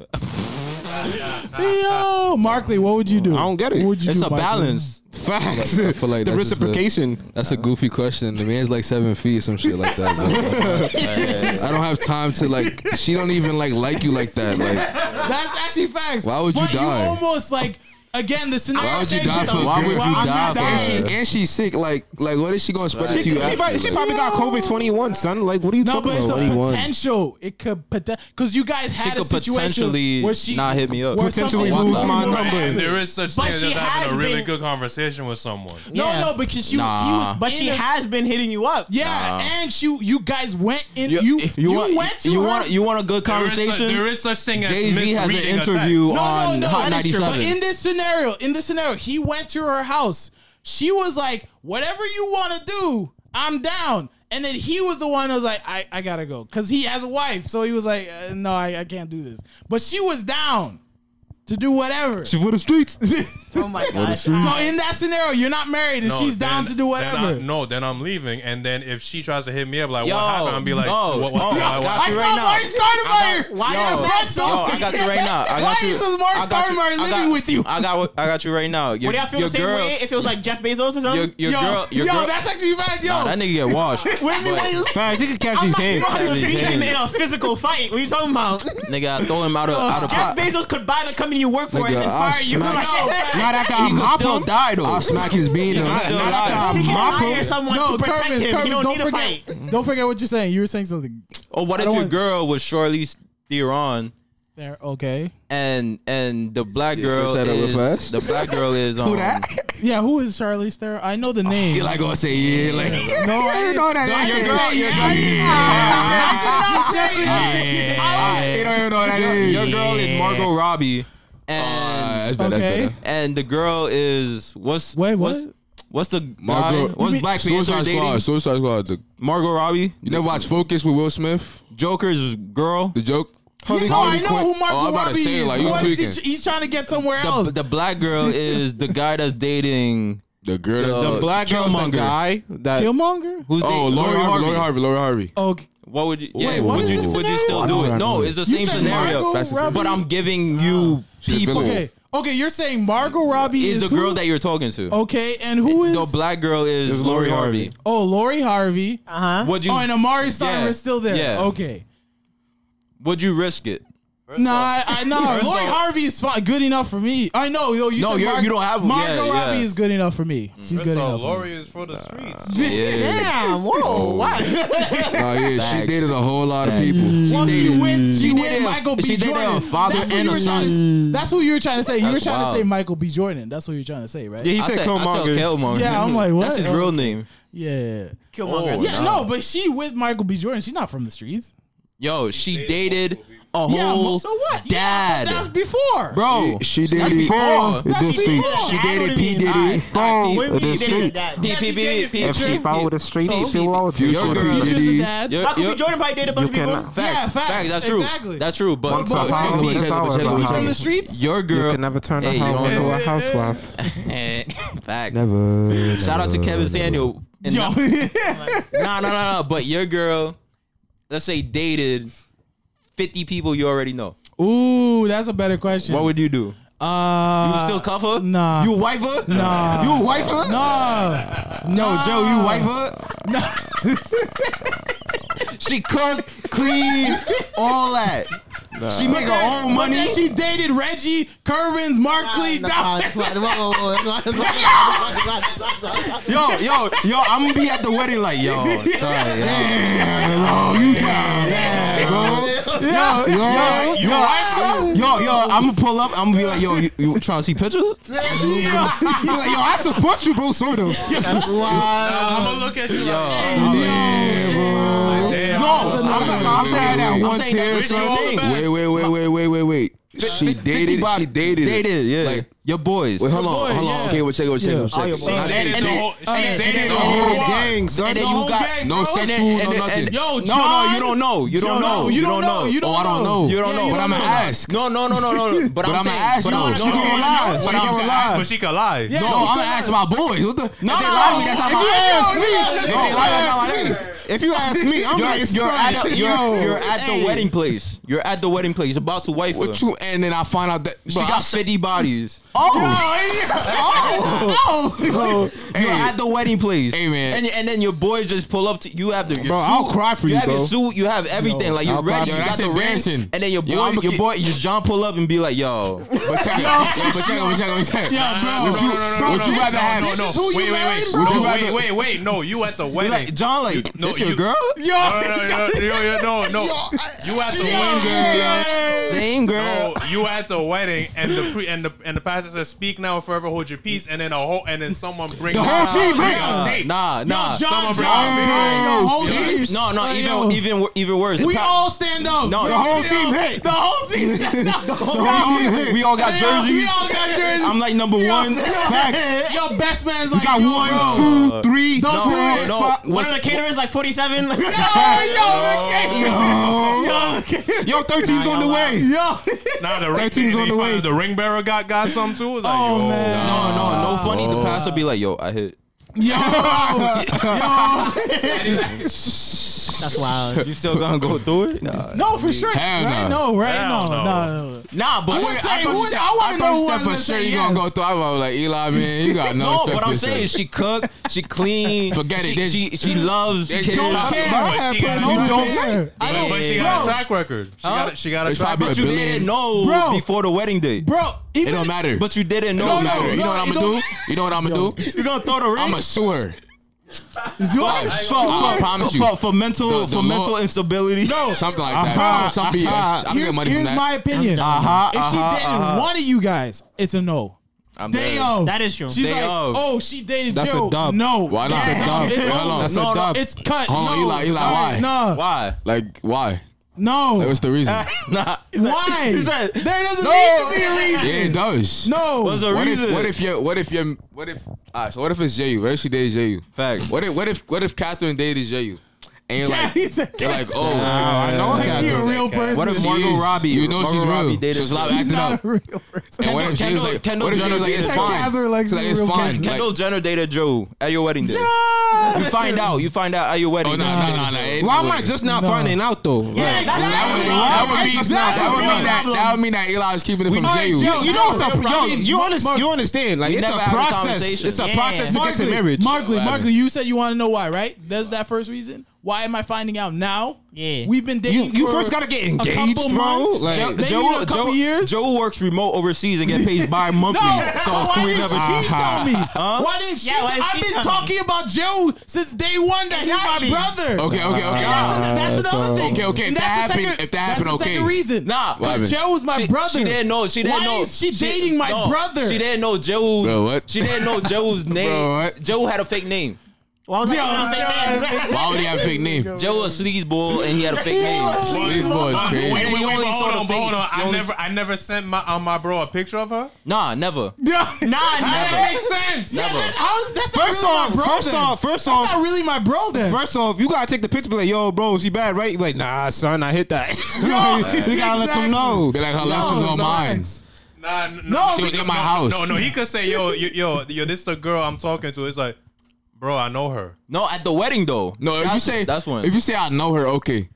Yo, Markley, what would you do?
I don't get it.
What would you
It's
do,
a
Markley?
balance.
Facts.
I feel like
the
that's just
reciprocation.
That's a goofy question. The man's like seven feet, some shit like that. bro. I don't have time to like. She don't even like like you like that. Like,
That's actually facts.
Why would you
but
die?
You almost like again the scenario.
why would you
says
die
it's
for?
a-
a
Why
girl?
would you die for
And
her?
she and she's sick. Like, like what is she gonna spread it to
She,
you?
she probably,
After?
she
Like,
probably got COVID twenty one, son. Like, what are you
No,
talking
but it's
about?
a
21.
potential. It could because you guys had
could
a situation
potentially
where she
not hit me up.
where
Potentially
something-
lose my
And
number.
there is such
But
thing as
she
just having
has
a really
been-
good conversation with someone.
No,
Yeah.
no, because you he
Nah.
was,
But she
in a-
has been hitting you up.
Yeah, and you you guys went in. You
You-
you,
you want-
went to
you
her.
want you want a good
There is, such,
conversation?
there is such thing as
Jay Z has an
misreading a text.
interview on Hot
that is true.
97.
But in this scenario, in this scenario, he went to her house. She was like, "Whatever you want to do, I'm down." And then he was the one who was like, "I, I gotta go," because he has a wife. So he was like, uh, "No, I, I can't do this." But she was down to do whatever. So
For the streets.
Oh my gosh.
in that scenario, you're not married, and
No,
she's down
then-
to do
then
whatever.
I- no, then I'm leaving. And then if she tries to hit me up, like,
Yo,
what happened? I'll be like,
no,
what, what, what,
no,
what- what-
got
I
you
saw
right now.
Marty Stoudemire. Why you
Yo,
have
yo, I got you right now. I got
Why
you.
is this Marty
I got you-
Stoudemire
I
living
got-
with you?
I got I got you right now. Your,
Would y'all feel
your
the same
girl,
way if it was like Jeff Bezos or
Your,
something?
your
yo,
girl, your
yo,
girl.
that's actually fact. Yo,
nah, that nigga get washed. But,
Facts. You can catch these hands.
Catch his
He's in
hands.
a physical fight. What are you talking about?
nigga, I throw him out of out of
Jeff
pot.
Bezos could buy the company you work for and
Nigga,
then
uh, I'll
fire you.
smack
Like,
Not after I
He could
mop
still
him.
die
I'll
though.
smack his bean.
I'll
and
still die.
He can
Mop
hire
him.
someone to protect
Purvis,
him.
Purvis,
you don't, need a
forget,
fight.
Don't forget what you're saying. You were saying something
Or Oh, what
I
if
don't
your
want-
girl was Charlize Theron
there. Okay.
and and the black
Yeah,
girl
search that over
is
fast.
the black girl is um,
Who that?
Yeah, who is Charlize Theron? I know the name.
He like gonna say yeah. Like,
no, I didn't know that.
Your girl. Your girl.
he don't even know what that is.
Your girl is Margot Robbie and
Ah, that's better, that's
Okay.
better.
and the girl is what's
Wait, what?
what's, what's the
Margot-
guy, what's
You
mean-
Black Panther
Suicide Squad.
dating?
Suicide Squad. The,
Margot Robbie,
you never watch Focus with Will Smith?
Joker's girl.
The joke.
You know, I know who Marco
oh, I'm about
Robbie
to say,
is.
like, you
What is he
tweaking.
tr- he's trying to get somewhere else.
The, the black girl is the guy that's dating
The girl.
The
that's-
Black girl's the
Killmonger.
guy that
Killmonger. Oh,
who's
Oh,
dating
Lori Harvey. Lori Harvey. Lori Harvey.
Okay.
What would you? Yeah,
Wait, what
would
is
you?
this
would you
scenario?
still do it? No, it's the
You
same
said
scenario.
Margot Robbie?
But I'm giving you people
villain.
Okay. Okay, you're saying Margot Robbie
is
is
the
who?
girl that you're talking to.
Okay, and who is
The black girl is
It's
Lori
Lori
Harvey.
Oh, Lori Harvey.
Uh huh.
Would you?
Oh, and Amari Steiner
Yeah,
is still there.
yeah.
Okay.
would you risk it?
Nah, I, I know.
First
Lori
off-
Harvey is fine, good enough for me. I know. Yo, you
No,
said
you're-
Mar-
you don't have-
Margot
yeah, yeah.
Robbie is good enough for me. She's good
That's all.
enough. for me.
Lori is for the streets.
Yeah.
Damn. Whoa. What?
No, yeah, she
Facts.
dated a whole lot of people.
Once
dated-
you win, she,
she
win
dated a-
Michael B.
she dated a
Jordan.
father
that's, who
and
you
a
were
son.
trying to, that's who you were trying to say. You were
That's
trying to say
wild.
Michael B. Jordan. That's what you're trying to say, right?
Yeah, he
I
said
said, I said
Killmonger.
Killmonger.
Yeah, I'm like, what?
That's his real name.
yeah.
Killmonger.
Oh.
Yeah,
no.
no, but she with Michael B. Jordan. She's not from the streets.
Yo, she dated a
Yeah,
whole
but so what? Yeah,
dad.
but that's before.
bro,
She dated.
before.
That's
the
before.
streets.
She
I don't
dated P
even-
Diddy.
When was
the
she dating her
streets.
dad?
P-
Yeah, she
P-
dated
P-
Future.
P-
streets,
So-
she will
Future
Your
P
girl-
Future's
Diddy.
a dad.
Your-
Michael B.
your-
Jordan probably dated a bunch of
You
people.
cannot-
Facts,
Yeah, facts,
facts, That's true.
exactly.
That's true. But
But- but-
Check me,
Check me, check me, check me,
She's
check
from
me.
the streets.
your girl.
You can never turn
Hey,
a
yo.
hoe into a housewife.
Facts.
Never.
Shout out to Kevin Samuel. And
Yo,
No, no, no, no. But your girl, let's say dated fifty people you already know.
Ooh, that's a better question.
What would you do?
uh,
You still cuff her?
nah.
You wife her?
Nah.
You wife her?
Nah.
No, Joe, you wife her? she cook, clean, all that. She make her own
But
money.
then she dated Reggie, Curvins, Markley. Nah,
Yo, yo, yo, I'm gonna be at the wedding like, yo,
Sorry, yeah.
Yo, yo, yo, yo, yo, yo, I'm gonna pull up. I'm gonna be like, yo, you, you trying to see pictures?
You're like, yo, I support you, bro, sort of.
I'm gonna look at you. Like, "Oh,
No, I'm not. I've had that
I'm
one
saying that
tear.
we should all
son.
the best.
Wait, wait, wait, wait, wait, wait, wait. She dated. She dated.
They did, yeah.
Like,
your boys.
wait, hold on, hold on. Okay, we'll check it. We'll check it. We'll check
your
it.
boys.
Not
And-
she
Dated the
date-
whole. She dated
and-
the
and-
whole
Oh,
and-
gang.
son. And then
whole
you got
gang,
No
bro.
sexual, no nothing.
Yo,
no,
Oh,
no, you don't know. You
Yo,
don't know.
You don't know. You
Oh, I
don't
don't
know.
know.
You don't
Yeah, you
know.
But
don't
I'm gonna
know.
ask.
No, no, no, no, no. But,
But
I'm,
I'ma
saying,
ask
but
you.
I'm-
She
no,
gonna
no, no,
lie.
no,
She
but I'm-
gonna lie.
But she could lie.
No, I'm gonna ask my boys. What the? If they lie to me, that's not
If
my
you
ass.
ask me,
If
if
they
you
lie, that's not my
ask
name.
me, if you ask me, I'm
You're,
like,
you're at,
son,
a, you're,
yo.
you're at the wedding place. You're at the wedding place. About to wife her.
What you? And then I find out that
She got 50 bodies.
Oh, oh, oh.
You're at the wedding place.
Hey, man.
And, and then your boys just pull up to you have the your
Bro,
suit.
I'll cry for you,
have
bro.
your suit, you have everything. like you're
I'll
ready.
cry.
Yo,
you got
that's
the ring.
embarrassing.
And then your boy,
Yo, I'ma
your
keep-
boy, your John pull up and be like, yo.
But check it. Yo, but check it. But check it. But check it.
Yeah,
Would
bro.
you,
No,
would
no,
you
no,
rather
no,
have?
no, no.
who you
wait, wait,
marrying,
wait,
bro?
Would you
no, wait,
rather-
wait, wait, no, you at the
Be
wedding.
like, John, like,
No,
that's your
you-
girl?
no, no, no, no, no, no, no. You at the wedding.
Same girl.
No, Oh, you at the wedding, and the pre- and the and the pastor says, "Speak now, or forever hold your peace." And then a whole and then someone bring
The whole team,
bring
bro.
out tape.
Nah, nah.
John,
Someone
John,
bring out
the whole
video.
team.
no, no,
Like,
even
yo,
even wor- even worse. The
we
pa-
all stand up.
No,
Bro,
the
whole
we
team
all-
hit.
The whole team stand up. The whole team.
we all got
Yo, We
jerseys.
all got jerseys.
I'm like number one.
Facts.
Yo, best man's like
You got
yo, bro.
one, two, three, four,
No, no.
five.
One of the caterers like 47.
Yo, yo, 13's on the way.
Yo,
Nah, the ring.
That team's
they-
on
they
the
find
way.
The ring bearer got got some too. It was like,
Oh,
yo,
man.
No, no, no funny. The pastor be like, yo, I hit.
That's wild.
You still gonna go through it? Nah.
no, for sure.
Hell
Right?
no.
No, right?
Hell
No,
no.
no, no.
Nah, but
wouldn't say
I
who-
thought you said-
I wanna
I
know
thought
who
you said
was
for sure
gonna say
you gonna
yes.
go through. I was like, Eli, man, you got no
No,
respect
but
for
I'm
yourself.
saying she cook, she clean,
Forget it,
she,
there's-
She, she loves
there's
kids.
no
Don't
But
care.
I had
Don't
plans. You
care. I
But,
don't,
but she
bro,
got a track record. She got a, she got a
It's
track
probably a
record.
You
billion.
didn't know
Bro.
before the wedding day.
bro. Even
It don't matter.
But you didn't know.
it don't matter. you
no,
know what
it
I'm gonna
don't-
do? You know what I'm gonna do?
You gonna throw the ring?
I'm gonna sue her.
for,
I promise
for,
you.
For, for mental,
The- the
for mental
Lord-
instability. No.
Something like that. Some, some BS. I'm gonna get
Here's,
money from
here's
that.
my opinion.
Uh-huh,
If she
uh-huh,
dated
uh-huh.
one of you guys, it's a no.
I'm
Day
there.
of.
That is true.
She's
Day
like,
of.
oh, she dated
That's
Joe.
a dub.
No,
Why not
Yeah.
a dub?
It's,
Hold on. That's
No, no,
a dub.
it's cut.
Hold on,
no,
Eli, Eli, why?
No,
Why?
Like why?
no.
Like, what's the reason?
Nah.
why?
He said,
there doesn't need to be a
yeah,
reason.
it does.
No.
What's the
What
reason?
if what if you what if you what if all right, so what if it's Ju? What if she dated Ju?
Facts.
What if what if what if Catherine dated Ju? And you're
Yeah,
like
he said,
you're like oh
I know
like she a
Catherine.
real person.
What if
she
Margot
is.
Robbie?
You know
Margot
she's
Robbie
real.
dated-
She was a lot of
She's
acting
not
up.
a real person.
And what if she was
Kendall-
like
Kendall
what if she
Jenner
was like it's
dated-
fine?
Catherine likes
She's like
a
it's
real
fine.
person.
Like,
Kendall Jenner dated Drew at your wedding day. You find out. You find out at your wedding.
oh no
day.
no no no.
Why am I just now finding out though?
Yeah,
Like,
exactly.
That would,
Why?
that would mean
Exactly.
that would mean that that would mean that Eli was keeping it from Ju.
Yo, you know what's a yo,
Probably-
you, under, you understand? Like it's a
never had a
process.
conversation.
It's a
Yeah.
process to get to
Markley,
marriage.
Markley,
What happened?
Markley, you said you want to know why, right? That's that first reason. Why am I finding out now?
Yeah.
We've been
you,
dating.
you
for
first gotta get
a
engaged,
couple
bro.
months.
Like,
Maybe
Joe,
a couple
Joe,
years.
Joe works remote overseas and get paid bi-monthly.
No, Oh,
so
why
we
didn't
never.
she tell me? Why didn't she?
Yeah, why didn't
I've
she
been
tell me?
talking about Joe since day one that
Exactly.
he's my brother.
Okay, okay, okay.
That's, that's another thing.
Okay, okay, if
And
that
that's the
happened- if that happened,
that's the second
okay.
reason.
Nah,
What
because
happened?
Joe's my
She-
brother.
She didn't know. She didn't
Why
know.
is she dating my
no,
brother?
She didn't know Joe's.
Bro, what?
She didn't know Joe's name.
Bro, what?
Joe had a fake name.
Why was I giving out fake names?
Why would he have a fake name?
Joe was sleazeball and he had a fake name.
These boys
Wait, wait,
crazy.
You
wait, but
only saw
hold
the
on, but hold on.
face. You
I
only-
never, I never sent my um, my bro a picture of her.
Nah, never.
That makes sense.
Yeah,
Never.
that- how's- that's not
First
really my
off,
bro
first
then.
off, first
um,
That's
off,
not really my bro then.
First off, you gotta take the picture. Be like, yo, bro, she bad, right? You like, nah, son, I hit that. you gotta let them know.
Be like her lips is on mine.
Nah, n-
No,
she
she
was in
could-
my
no,
house.
No, no, he could say, yo, yo, yo, yo, this the girl I'm talking to. It's like, bro, I know her.
No, at the wedding though.
No, if you say
that's one.
If you say I know her, okay.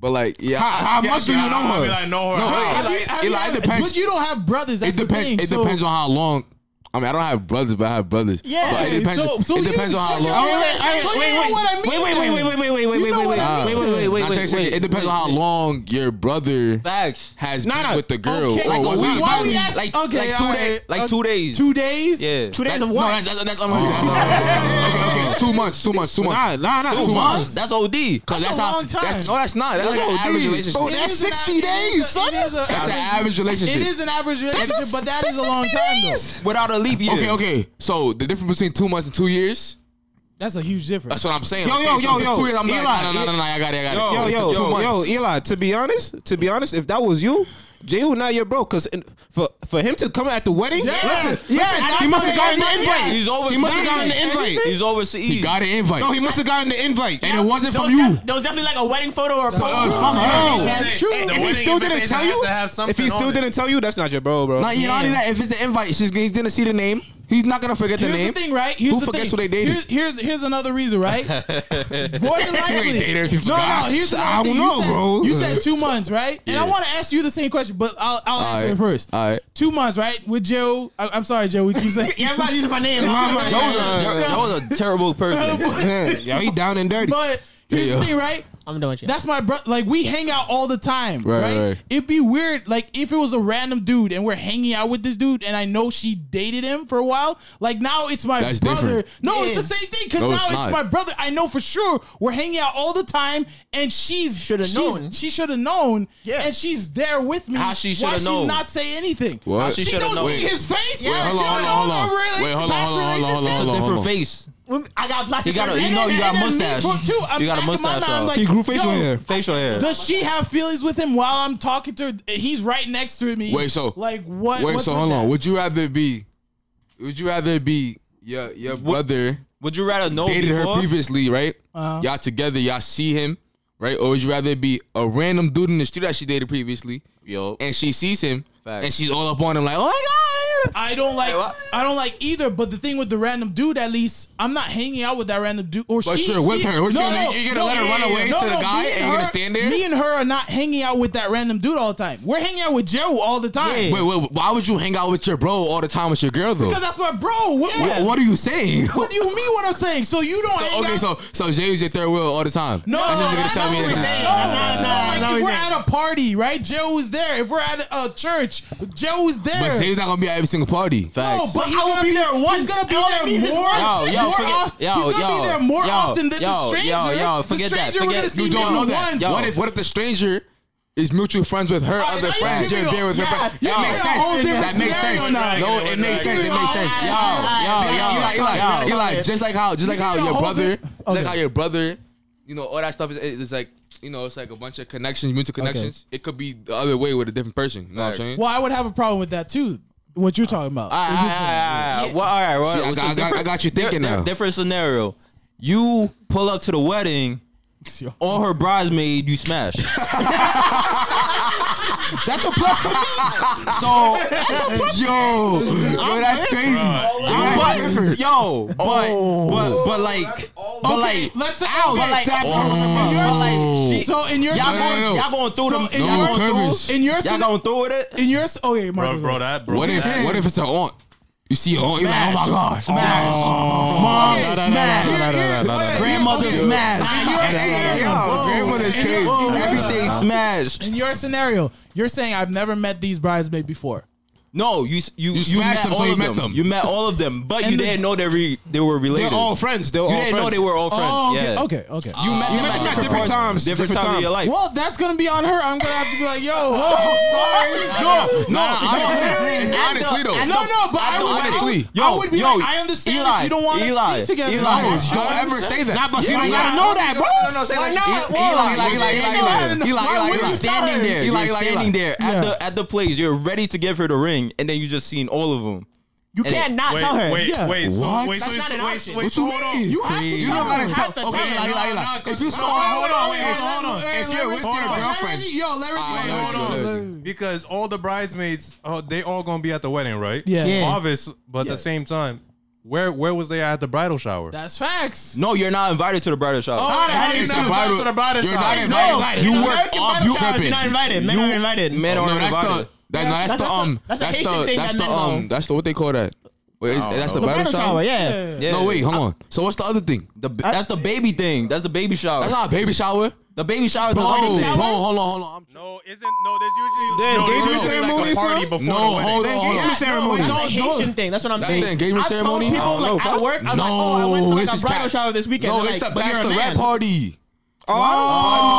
But like, yeah,
How- how
yeah,
much do
yeah,
you know
I-
I
her?
be like, know her.
No,
I-
wait,
I-
Eli,
Have you-
Eli,
have
it
you-
depends.
But you don't have brothers.
It
That's
depends.
The thing.
It
so-
depends on how long. I mean, I don't have brothers, but I have brothers.
Yeah,
but it depends.
so- so
it
you-
depends on how
so you-
long.
So you know what I mean then. You know what I mean then.
wait,
Nah, check, check, it depends on how long your brother
Facts.
has
Nah,
been
nah.
with the girl.
Okay,
or
like a
was
week.
with-
Why we
No,
ask-
Like,
Okay,
like two
alright.
days. Like two days.
Two days.
Yeah.
Two days
that's
of what?
that's that's unheard. That's unheard. Okay, okay.
two months, two months, two months.
Nah, nah, nah.
Two months. That's OD.
Cause that's,
a
how.
long time.
That's, no, that's not. That's, like an average relationship.
Bro, that's
is an
60
average- it
days,
is a-
son.
it is a-
That's an average relationship.
It is an average relationship, but that is a long time though.
Without a leap year.
Okay, okay. So the difference between two months and two years.
That's a huge difference.
That's what I'm saying.
Yo,
Okay,
yo, yo,
so if it's
yo.
Two years, I'm
Eli,
like, nah, nah, nah, nah, nah, I got it, I
Yo,
got it. If
yo,
it's two
yo,
months.
Eli. To be honest, to be honest, if that was you, Jehu, now you're broke. Cause in- for for him to come at the wedding,
Yeah.
listen, listen, he must have gotten the invite.
He's overseas.
He must have gotten the invite.
He's overseas.
He got an invite.
No, he must have gotten the invite.
and it wasn't
There
from
was
you.
def- there was definitely like a wedding photo or a
So, uh,
photo.
from
Oh.
her.
That's true.
The
If he
wedding
still didn't
invitation
tell
has
you,
to have
if
something
he
on
still
it.
didn't tell you, that's not your bro, bro.
Not, you know, not only that, if it's an invite, she's, he's gonna see the name. He's not gonna forget the
Here's
name.
the thing, right? Here's
Who
the
forgets
thing.
who they dated?
Here's, here's here's another reason, right? More than likely.
dated her if you
no, no.
forgot.
Here's another
I don't
thing. You
know,
said-
bro.
You said two months, right? And I want to ask you the same question, but I'll, I'll answer
right. Uh,
it first.
All right.
Two months, right? With Joe, I, I'm sorry, Joe. We keep saying
Everybody's using my name.
That was, a, that was a terrible person.
Yo, he down and dirty.
But here's
Yeah.
the thing, right?
I'm done with you.
That's my bro. Like we hang out all the time,
Right,
right,
right, right.
It'd be weird, like if it was a random dude and we're hanging out with this dude, and I know she dated him for a while. Like now it's my
That's
brother.
different.
No, it's the same thing because
No,
now
it's
it's,
not.
my brother. I know for sure we're hanging out all the time, and she's
Shoulda
she's-
known.
She should have known.
Yeah.
and she's there with me.
How she shoulda
Why she
known?
not say anything?
What? How
She,
she
shoulda
don't
known?
see his face.
Wait,
Yeah,
hold
she
on,
don't
hold
know
on,
the
hold on. Wait,
relation-
hold on,
past
hold on, hold on, hold
relationship.
on, hold on.
Different face.
I got plastic
He got a,
surgery.
you know, you got
And then
mustache.
for two, I'm
You got
back
a
in my
mustache.
mind, I'm
though.
like,
he grew facial
yo,
hair.
Facial hair.
Does she have feelings with him while I'm talking to her? He's right next to me.
Wait, so-
like what?
Wait,
what's
so
with
hold
that?
on. Would you rather be? Would you rather be your your brother
Would you rather know
dated her
before?
previously, right?
Uh-huh.
Y'all together, y'all see him, right? Or would you rather be a random dude in the street that she dated previously,
Yo,
and she sees him,
Facts.
and she's all up on him like, oh my god.
I don't like.
what?
I don't like either. But the thing with the random dude, at least I'm not hanging out with that random dude. Or
But
she,
you're with
she-
her. What
no,
you-
no,
you're gonna
no,
let her
yeah,
run
yeah,
away
yeah.
to
No,
the
no,
guy
me
and you're
her-
gonna stand there?
Me and her are not hanging out with that random dude all the time. We're hanging out with Joe all the time.
Wait, wait, why would you hang out with your bro all the time with your girl though?
Because that's my bro. What,
Wh-
what,
What are you saying?
what do you mean? What I'm saying? So you don't. hang
okay,
out-
so so Jay is your third wheel all the time.
No,
that's what you're gonna
that's
tell
not
me.
what we're
next
saying.
time.
No,
Nah, nah,
no,
nah,
like
nah,
if we're
nah.
at a party, right? Joe is there. If we're at a church, Joe is there.
But Jay's not gonna be at every single party.
facts.
No, but
I will be there once.
He's gonna be
All I
there
need is
more,
once.
Yo, yo,
more
forget-
often.
yo,
he's gonna
yo,
be there more
yo,
often than
yo,
the stranger.
yo, yo, forget
the
that,
stranger, we're
forget-
gonna
You
see
You don't know
maybe
that.
once.
Yo.
What if what if the stranger is mutual friends with her
All right,
other
now you
friends?
give
You're
me
there
a-
with her
yeah,
friends.
you
That
give
makes
me a whole
sense.
different
That makes
scenario
sense.
now.
No, it makes sense. It makes sense.
Yo,
Oh,
yo, yo,
Eli, Eli,
yo.
Eli, just like how, just like how
You
your
know,
brother,
okay.
just like how your brother, you know, all that stuff is it's like, you know, it's like a bunch of connections, mutual connections. It could be the other way with a different person. You know what I'm saying?
Well, I would have a problem with that too. What you're talking about?
All right, all right, all right. ah, Well, all right, well,
See, I
so
got- I got-
different-
I got you thinking
di- di-
now.
Different scenario. You pull up to the wedding. On her bridesmaid, you smash.
That's a plus for me.
So,
Yo, yo, that's crazy. Yo,
but, yo, but, but, but like, but like,
Let's say
but
okay,
like,
That's what I'm
but
about.
like, she-
so in your
ah. Oh. y'all
No, no,
going,
no.
y'all going through
so
them,
in
y'all
your
going through,
encourage.
in your
y'all going through with it.
in your okay, Mark,
Bro, bro, that bro.
What if
that-
what if it's an aunt? You see an aunt, you're like, oh my god, smash.
Mom,
Here-
smash.
here- here-
Grandmother
okay.
smash.
In your scenario-
Yo, grandmother's crazy.
Everything smashed.
In your scenario, you're saying I've never met these bridesmaids before.
No, you s- you
You
you,
smashed
met
them, so
all
you
of
met
them.
them.
You met all of them, but
And
you
the-
didn't know they re, they were
They're
related.
all friends. They're all
you didn't
friends.
know they were all friends.
Oh, okay,
yeah.
okay, okay.
You met them
met
at
them at
different,
different
times,
times,
different,
different times.
times of your life.
Well, that's gonna be on her. I'm gonna have to be like, yo, oh, sorry.
No, no, honestly,
I
honestly
know-
though.
I
No, no, but I,
know,
would, I,
honestly.
would, I would be like, I understand
Eli,
if you don't want
Eli,
to be together.
Eli,
No,
Don't ever say that.
Nah, but you
Eli,
don't gotta
Eli,
know that, bro.
No, no, say like
not?
Eli, Eli, Eli, Eli,
Why
Eli,
would
Eli, Eli,
You're
Eli.
standing there.
Eli,
you're
Eli,
standing
Eli.
there at
Yeah.
the at the place. You're ready to give her the ring, and then you just seen all of them.
You can't not
Wait,
tell her.
wait,
Yeah.
wait, so,
What?
wait, so,
That's
it's-
not an
wait,
option.
wait,
What
so
you
hold on.
mean? You have to. You don't gotta
have to
tell. Okay,
tell
Eli,
her.
Eli,
No,
Eli.
no, 'cause-
If you
no,
saw,
hold
hold
on,
on,
wait,
hold on. If you're with your girlfriend,
Yo, let her do
Alright,
it.
let her do it, let her do
Because all the bridesmaids, uh, they all gonna be at the wedding, right?
Yeah. Yeah.
Obvious, but at the same time, where where was they at the bridal shower?
That's facts.
No, you're not invited to the bridal shower.
How do you
it's
not
a bridal-
go to the bridal
you're
shower?
not invited. You
It's
work
American
off,
bridal
you
showers, You're
tripping.
not invited. Men are invited.
Men
Oh, No,
are
that's
invited.
the that's
that's
the
a-
um
that's a
that's
Haitian
the
thing
that's
that
the
men know.
um that's the what they call that. Wait, is- that's the
The
bridal shower.
yeah.
Yeah.
No, wait, hold on. So what's the other thing?
The, that's the baby thing. That's the baby shower.
That's not a baby shower.
The baby shower.
Bone,
the
bone,
other thing.
hold on, hold on.
No, isn't no. There's usually
Damn,
no, there's
Gabriel
usually
Ceremony
like a party
song?
before
No,
the wedding.
hold on, hold
Yeah,
on.
Engagement ceremony.
No,
Don't-
that's a
don't-
Haitian thing. That's what I'm
That's
saying.
the engagement
I've told
ceremony?
people,
I don't
like,
know,
at
bro.
work, I was
No,
like, oh, I went to like,
it's
a
just
bridal
cap.
shower this weekend.
No,
They're
it's
like,
the
but you're a
bachelorette
man.
party.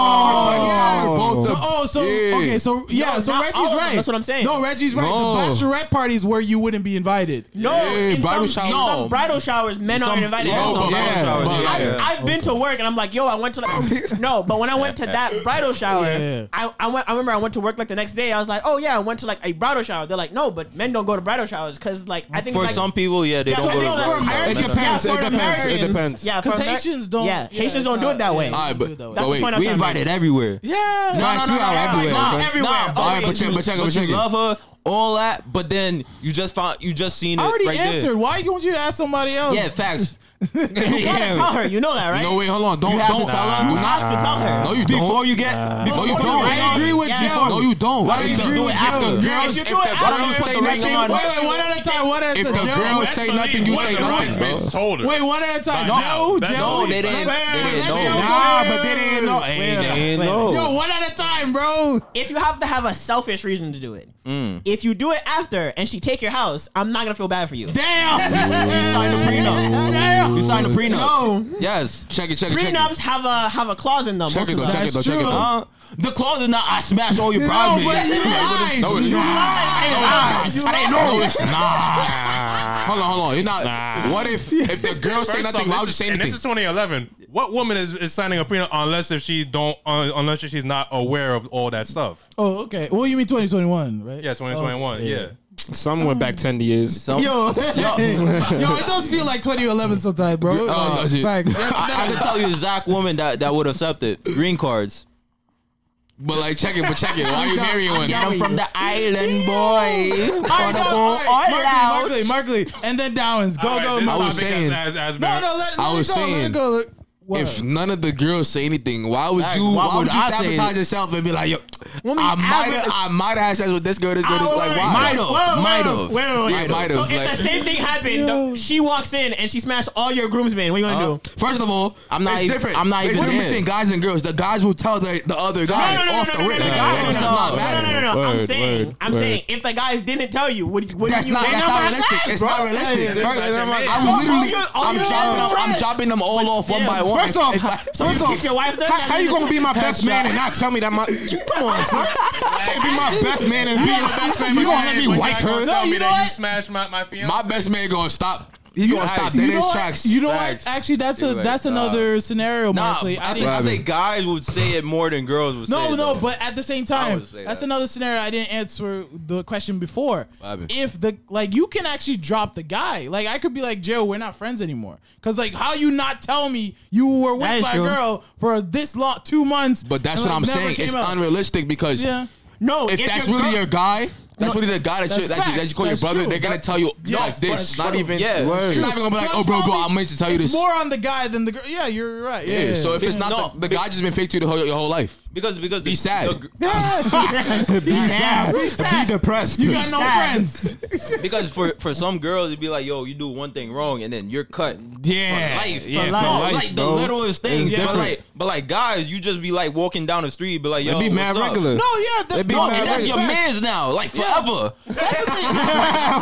Oh,
Both
So,
the-
oh, so
Yeah.
okay, so yeah,
No,
so
not all
Reggie's
of them.
right.
That's what I'm saying.
No, Reggie's right.
No.
The bachelorette party is where you wouldn't be invited.
No,
Yeah,
in
bridal
some,
showers.
in
No.
some bridal showers, men aren't invited.
Yeah,
That's
some
all.
bridal
yeah,
showers,
but-
yeah,
I-
yeah.
I've, I've been to work and I'm like, yo, I went to like, no, but when I went to that bridal shower,
Yeah.
I, I went. I remember I went to work like the next day. I was like, oh yeah, I went to like a bridal shower. They're like, no, but men don't go to bridal showers because like I think
For
like,
some people, yeah, they
Yeah,
don't
so
go
I
to
think for
bridal
Americans-
showers.
It depends, it
yeah, for
depends, it
Americans-
depends.
Yeah, for
Because
Amer-
Haitians don't.
Yeah, Haitians
it's
don't do
not-
it that way.
yeah,
All right,
they
but-
do it that way.
but
the
wait,
point I'm
We
trying to make.
invited everywhere.
Yeah.
No, no,
Nah,
no,
two
no,
out
no,
everywhere,
Nah,
son.
everywhere.
Oh,
Nah, but
Okay,
check,
you-
but check, but check
you
it.
love her, all that, but then you just found, you just seen it
I already
right
answered.
there.
Why don't you ask somebody else?
Yeah, facts.
You gotta tell her. You know that, right?
No, wait, hold on. Don't,
have to
don't,
tell her.
do
You have to
not.
tell her.
No, you
Before
don't.
you get,
No,
before
you
you
don't.
I agree with
Yeah.
you.
No, you don't.
Why
If
don't
the-
you do it
If
after?
the girls,
Why
don't you
if
do it
the
after?
girls
Put
say
the ring on.
Wait,
nothing,
wait, one at a time. One at a
if
time.
the
Joe.
girls say nothing, you say nothing, bro.
Bridesmaids told her.
Wait, one at a time.
By now.
No,
That's
Joe.
all
No, they didn't. They
Let
didn't
Joe
know.
go.
Nah, but they didn't know. Hey,
Wait,
they ain't
wait.
know.
Yo, one at a time, bro.
if you have to have a selfish reason to do it,
Mm.
if you do it after and she take your house, I'm not gonna feel bad for you.
signed a prenup. You signed a prenup.
No.
Yes.
Check it, check it, check it.
Prenups have a have a clause in them.
Check
most
it
of
though,
them.
check it though,
That's
check it
true.
though.
Uh, the clause is not I smash all your bridesmaids.
but you lied.
No, it's not.
lied.
I didn't know it's not. Hold on, hold on. You're not. What if if the girls say
First off,
nothing? Why would you
this
say
is- And this is
anything?
2011. What woman is, is signing a prenup unless if she don't un, unless if she's not aware of all that stuff?
Oh, okay. Well, you mean 2021, right?
Oh,
Yeah, 2021. yeah.
Some went back 10 years.
So,
Yo, yo, it does feel like 2011 sometimes, bro.
Oh, does it?
Facts.
I, I can tell you the exact woman that, that would accept it. Green cards.
But like, check it, but check it. Why are you marrying one?
Get them from the island, boy.
I
Gonna
know,
go
all
all out.
right, Markley, Markley, Markley, and then Downs. Go,
All right,
go.
this
I
Markley.
was
topic
saying-
Has, has, has been,
No, no, let, let
I
it
was
go, let it
saying,
go. Look, what?
If none of the girls say anything, why would
Like,
you?
why
Why,
would
would, you
I say
sabotage
it?
yourself and be like, yo,
Well, me,
I might
average-
have, I might have had sex with this girl, this girl, this like, why?
Might have,
might have.
Wait, wait, wait.
Yeah, might
So
have,
if
like-
the same thing happened,
Yo.
she walks in and she smashed all your groomsmen. What you gonna do?
First of all,
I'm not
It's
even-
different.
I'm not
It's
even
different
there.
between guys and girls. The guys will tell the, the other guys
No, no, no,
off
no,
the
no, no,
rip.
no, no, no,
It
no,
does
no,
not
no,
matter.
no, no, no. I'm
Word,
saying,
word,
I'm
word.
saying, if the guys didn't tell you, would, would
That's
you?
not
they
that's
know
not
my
realistic.
class,
It's
bro.
not realistic.
That's not your man.
I'm
All
literally,
your- all
I'm
your
dropping them, I'm
friends.
dropping them all off one
yeah.
by one.
First off,
If I-
So
first
you
off,
keep your wife there.
how, how you gonna be my best man and not tell me that my? Come on, son. I can't be my best man and be you gonna let me wipe her?
Tell me
you know
that
what?
you smashed my my fiance.
my best man gonna stop. He gonna stop
you
dead
know
his
what?
tracks.
You know what?
Facts.
Actually, that's a
Dude,
that's
like,
another scenario,
Nah,
Markley.
I,
I
think,
think.
I think guys would say it more than girls would say
No,
it.
no,
though.
but at the same time,
would say
that's
that.
another scenario. I didn't answer the question before.
Bobby.
If the like, you can actually drop the guy. Like, I could be like, Joe, we're not friends anymore. Cause like, how you not tell me you were
That
with
is
my
true.
girl for this long, two months?
But that's
and,
what
like,
I'm
never
saying.
came
It's
out?
unrealistic because
Yeah.
No,
if that's really
girl-
your guy, that's really the guy that,
That's
you, that, you, that
facts.
you call
That's
your brother.
true.
They're gonna
That-
tell you
Yeah,
like
that's
this. Not
true.
even.
Yeah.
She's not even gonna be like,
So
oh, bro, bro,
probably
I meant to tell you
it's
this.
more on the guy than the girl. Yeah, you're right. Yeah.
Yeah. So if it's not
No,
the, the
be-
guy, just been fake to you the whole, your whole life.
because because
Be sad.
Be sad, be depressed.
you got no friends.
because for for some girls it'd be like yo you do one thing wrong and then you're cut
Yeah,
life
yeah,
No,
for
like,
life,
the
bro.
littlest things
It's
but
different.
like but like guys you just be like walking down the street be like yo
It'd be
what's
mad
up?
regular.
No, yeah, that,
They be
no,
mad
and that's
that's
your
fact.
man's now like forever
That's the thing.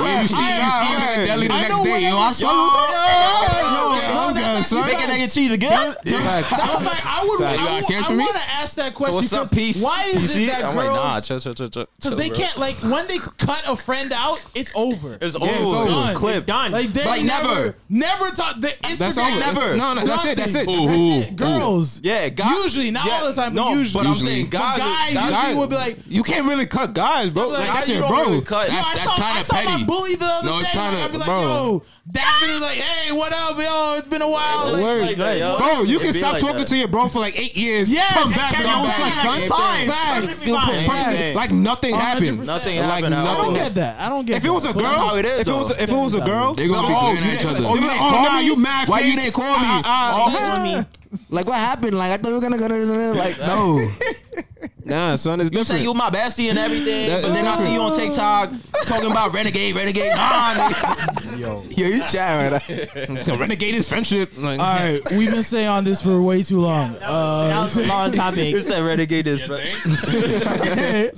Yeah, you see, you see him
yeah.
at deli the
I
next
know
day.
where
Yo,
you-
I saw you.
Yo, no, that's
son.
actually
bacon
facts.
egg and cheese again
Relax.
I was like, I would.
You got
I,
cash for me?
want to ask that question.
what's up,
'cause
peace?
Why
You
is
see?
it that
I'm like,
girls?
nah,
chill, chill, chill, Because they can't like when they cut a friend out, it's over.
it's
it's over
over.
It's
Done.
clip
It's done.
Like they
Like,
never,
never.
never talk. The Instagram
That's all.
Never.
No, no, that's it. That's it.
That's it. Girls,
yeah guys
usually not
yeah,
all the time, but
no,
usually.
but I'm
Usually.
saying
But
guys
guys
guys-
usually
guys-
would be like,
You can't really cut guys, bro.
Like,
Like,
guys,
that's
you
your
don't really
bro.
cut.
Yo,
That's-
I
that's
saw,
kinda
I saw my
petty.
bully the other
No,
day.
it's
like,
kinda-
I'd be like,
bro.
yo, that video like, hey, what up, yo? It's been a while. Like,
Word.
like,
Like, yo.
Bro, you
It'd
can
be
stop
like
talking
that.
to your bro for like eight years.
Yes,
come
and
back,
carry
but don't
on
cut,
back.
son.
Same
Fine.
Facts.
Perfectly fine.
Perfect. Like nothing happened. Like
100%.
nothing
I don't
happened.
get that. I don't get
If
that.
it was a
But
girl,
that's how it
is,
if it was,
though.
if it was a girl,
They're gonna be
oh,
glaring
you
at each
didn't-
other.
Oh, you didn't call me? You mad?
Why you
fake.
didn't call me?
Uh, uh,
Don't call me.
Like what happened? Like I thought we were gonna go to like no. Nah, son, it's
you say
different.
you my bestie and everything
That-
but then I see you on TikTok talking about renegade, renegade. Nah,
Yo, you chatting right now.
The renegade is friendship. Like,
All right, we've been staying on this for way too long.
That
Uh,
was a long topic.
nigga. said renegade is fresh.
All right,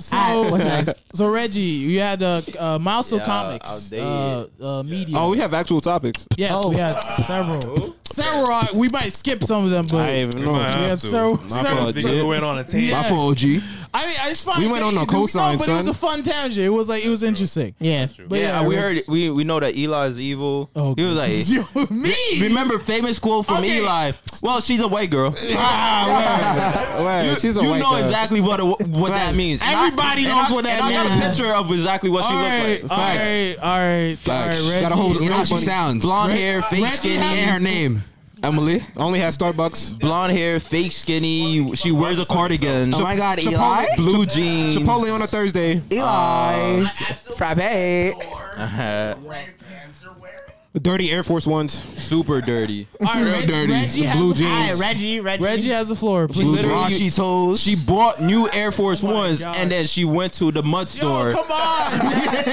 so,
what's next?
so Reggie, you had uh, uh, Milestone
Yeah,
Comics, uh,
outdated.
uh, media.
Oh, we have actual topics.
yes, we had several. Several. uh, We might skip some of them, but
I even know.
we had several. several
Because we went on a tangent.
Yeah.
my fault, OG.
I mean, it's fine.
We went on
man,
a
dude,
cosign,
no, but it was
son.
a fun tangent. It was like it was interesting.
Yeah.
But
yeah, we
Reg-
heard we we know that Eli is evil.
Oh,
he was like,
Yo, me.
remember famous quote from
Okay.
Eli? Well, she's a white girl.
Wait, she's a
you
white
know
girl.
exactly what what that means. Everybody
and
knows
I-
what that
and
means.
I
I
got
got a picture of exactly what she
All
looks
right, all
like.
right, all right,
Facts.
all right.
Gotta
Reggie.
hold
You know how she
Nobody-
sounds.
Blonde hair, fake
Reggie
skinny.
has-
And her name, Emily.
Only has Starbucks.
Blonde hair, fake skinny. She wears a cardigan.
Oh
She
my God,
Eli? Blue jeans.
Chipotle on a Thursday.
Eli.
Frappe. Dirty Air Force Ones.
Super dirty.
All right,
Real
Reg-
dirty.
Reggie has
Blue
the floor.
All right,
jeans.
Reggie, Reggie.
Reggie has the floor.
Blue
Please.
jeans.
Raunchy toes.
She bought new Air Force Ones
God.
and then she went to the mud store,
Yo, come on.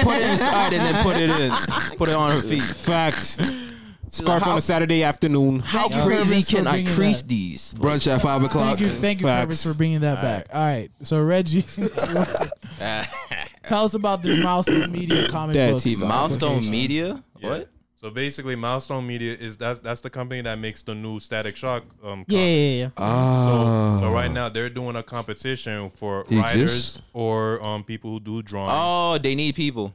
put it inside, and then put it in, put it on her feet.
Facts. Scarf
How-
on a Saturday afternoon.
How
you,
crazy
Purvis,
can
for
I
bringing
crease
that.
these?
Brunch at five o'clock.
Thank you, thank you,
Facts.
Purvis, for bringing that back. All right, so Reggie, tell us about this milestone media comic
Dead
books.
team.
Milestone Media.
Yeah.
What?
So basically, Milestone Media is that's that's the company that makes the new Static Shock. Um,
Yeah, yeah,
comics.
yeah.
So, so right now they're doing a competition for
He
writers
exists?
or um people who do drawings.
Oh, they need people.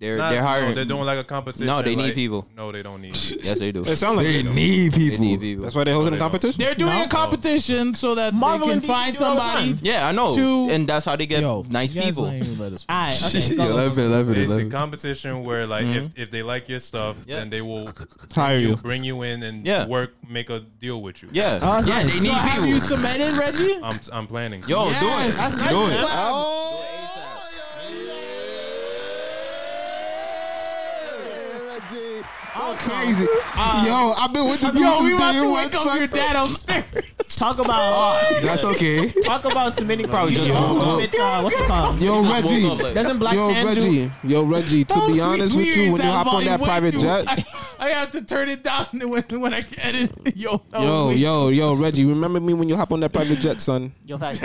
They're
Not-
they're hiring.
No, they're doing like a competition.
No, they need
like-
people.
No, they don't need. people.
yes, they do.
It sounds like
They
it.
need
They need
people.
people.
That's why they're hosting a
No, they don't.
competition.
They're doing a competition so that
Marvel
they can
and DC
find
do it all the
somebody.
time.
yeah, I know.
Two-
and that's how they get
Yo,
nice
you guys
people.
don't even let us
All right, okay. Go,
Shit,
go, go.
11, 11,
It's a
11.
competition where like if, if they like your stuff,
Mm-hmm. Yeah.
then they will
Hire you.
bring you in and
Yeah.
work make a deal with you.
Yeah, yeah, they
so have
need
you
people.
submitted, Reggie?
I'm I'm planning.
Yo,
Yes,
do it.
that's nice
do it.
clap.
Crazy. Yo, I've been with the dude
Yo, we
since
about
day
to
one.
wake up your dad upstairs.
Talk about
That's okay.
talk about submitting probably
just woke up.
uh, what's it called?
Yo,
Just woke
Reggie.
up like-
Doesn't Black
Yo,
Sands do?
Reggie. Yo, Reggie. To be honest with you, when you
Oh, That
hop on
volume
that
way
private
too-
jet.
I, I have to turn it down when, when I edit. Yo, that
Yo,
was way
yo, yo, Reggie. Remember me when you hop on that private jet, son.
Yo, fact.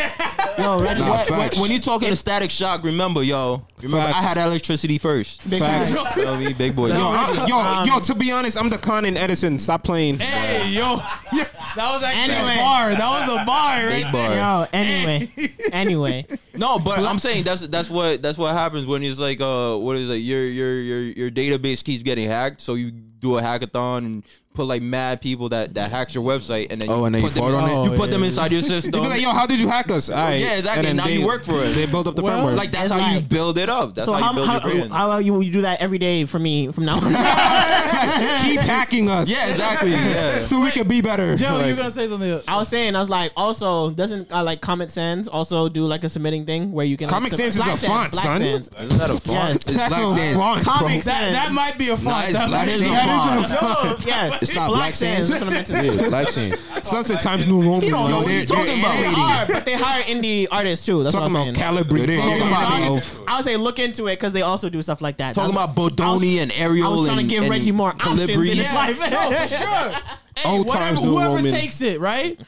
Yo, Reggie.
Nah,
what-
facts.
When you talking to static shock, remember, yo, remember
Facts.
I had electricity first.
Big
Facts.
facts.
Yo, me, big boy.
Yo,
Yo,
I-
Um,
yo, yo. To be honest, I'm the con in Edison. Stop playing.
too- Hey, yo, yeah, that was actually
Anyway.
a bar. That was a bar,
big
right?
bar.
Yo, anyway, anyway,
No, but I'm saying that's that's what that's what happens when it's like uh what is it your your your your database keeps getting hacked, so you do a hackathon and put like mad people that that hacks your website and then
Oh, and then you
put them
fart on
in-
it?
you put
Oh,
them
yeah.
inside your system.
They be like, yo, how did you hack us? All right.
Yeah, exactly.
And then
Now you
they-
work for us.
They build up the
Well,
framework.
Like that's
It's
how you
like-
build it up. That's
so how
how, you build
how,
your brand.
how about you you do that every day for me from now on?
keep hacking us.
yeah, exactly. Yeah.
So we can be better.
Joe, you
Like,
were gonna say something? Else.
I was saying, I was like, also doesn't uh, like Comic Sans also do like a submitting thing where you can like,
Comic
sub-
Sans is
Black
a
Sans,
font,
Black
son.
Sans.
Isn't that a
Yes,
font?
that's
Black
a
Sans.
font, bro.
Comic
That,
Sans.
that might be a
Nah,
font.
it's
That
Black
might-
Sands.
yes,
It's not Black Sands.
That's what I meant to say.
Yeah, Black Sands.
Sunset Times New Roman.
don't know
Yo,
what
they're, they're
you talking about.
They
animating
are,
it.
but they hire indie artists too. That's
Talking
what
about
I'm saying.
Yo,
calibrate.
they
Talking about-
animating it.
I would say look into it because they also do stuff like that.
Talking
That's-
about Bodoni and Ariel.
I was trying to
and,
give
and
Reggie more options in his
Calibri.
life.
Yes, no, for sure. Hey,
Old
whatever-
times, new
whoever
Roman.
takes it, right?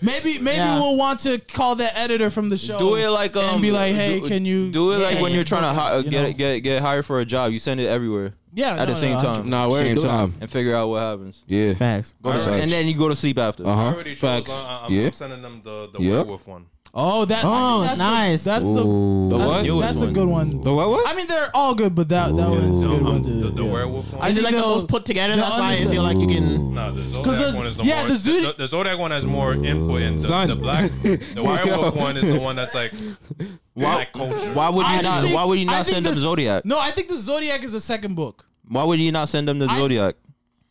Maybe maybe
Yeah.
we'll want to call the editor from the show.
Do it like um
and be like, hey,
do-
can you
do it like
yeah,
when
yeah,
you're trying to hi- uh,
you
get
know. Oh,
get get hired for a job? You send it everywhere
yeah no,
at the same
no,
time
Nah, we're
Same
doing-
time.
and figure out what happens.
Yeah.
Facts.
Go to
Alright.
and then you go to sleep after.
Uh
I
huh.
already chose.
Facts.
I- I- I'm,
Yeah.
I'm sending them the the
Yep.
werewolf one.
Oh, that.
Oh,
that's
nice.
The, that's
The
the. That's,
what?
that's a good one.
The what? What?
I mean, they're all good, but that that one is a
No,
good
um,
one
the,
too.
the werewolf one.
I
Is it
think
like the
they'll-
most put together? That's
they'll
why I
understand.
feel like you can.
No, the
there's-
Zodiac one is the
yeah,
more.
the Zod-
the, the Zodiac one has more input, and the,
Son.
the black, the werewolf one is the one that's like black culture.
Why would
I
you
just
not?
think-
why would
I
you not
think
send them
this-
Zodiac?
No, I think the Zodiac is the second book.
Why would you not send them the
I-
Zodiac?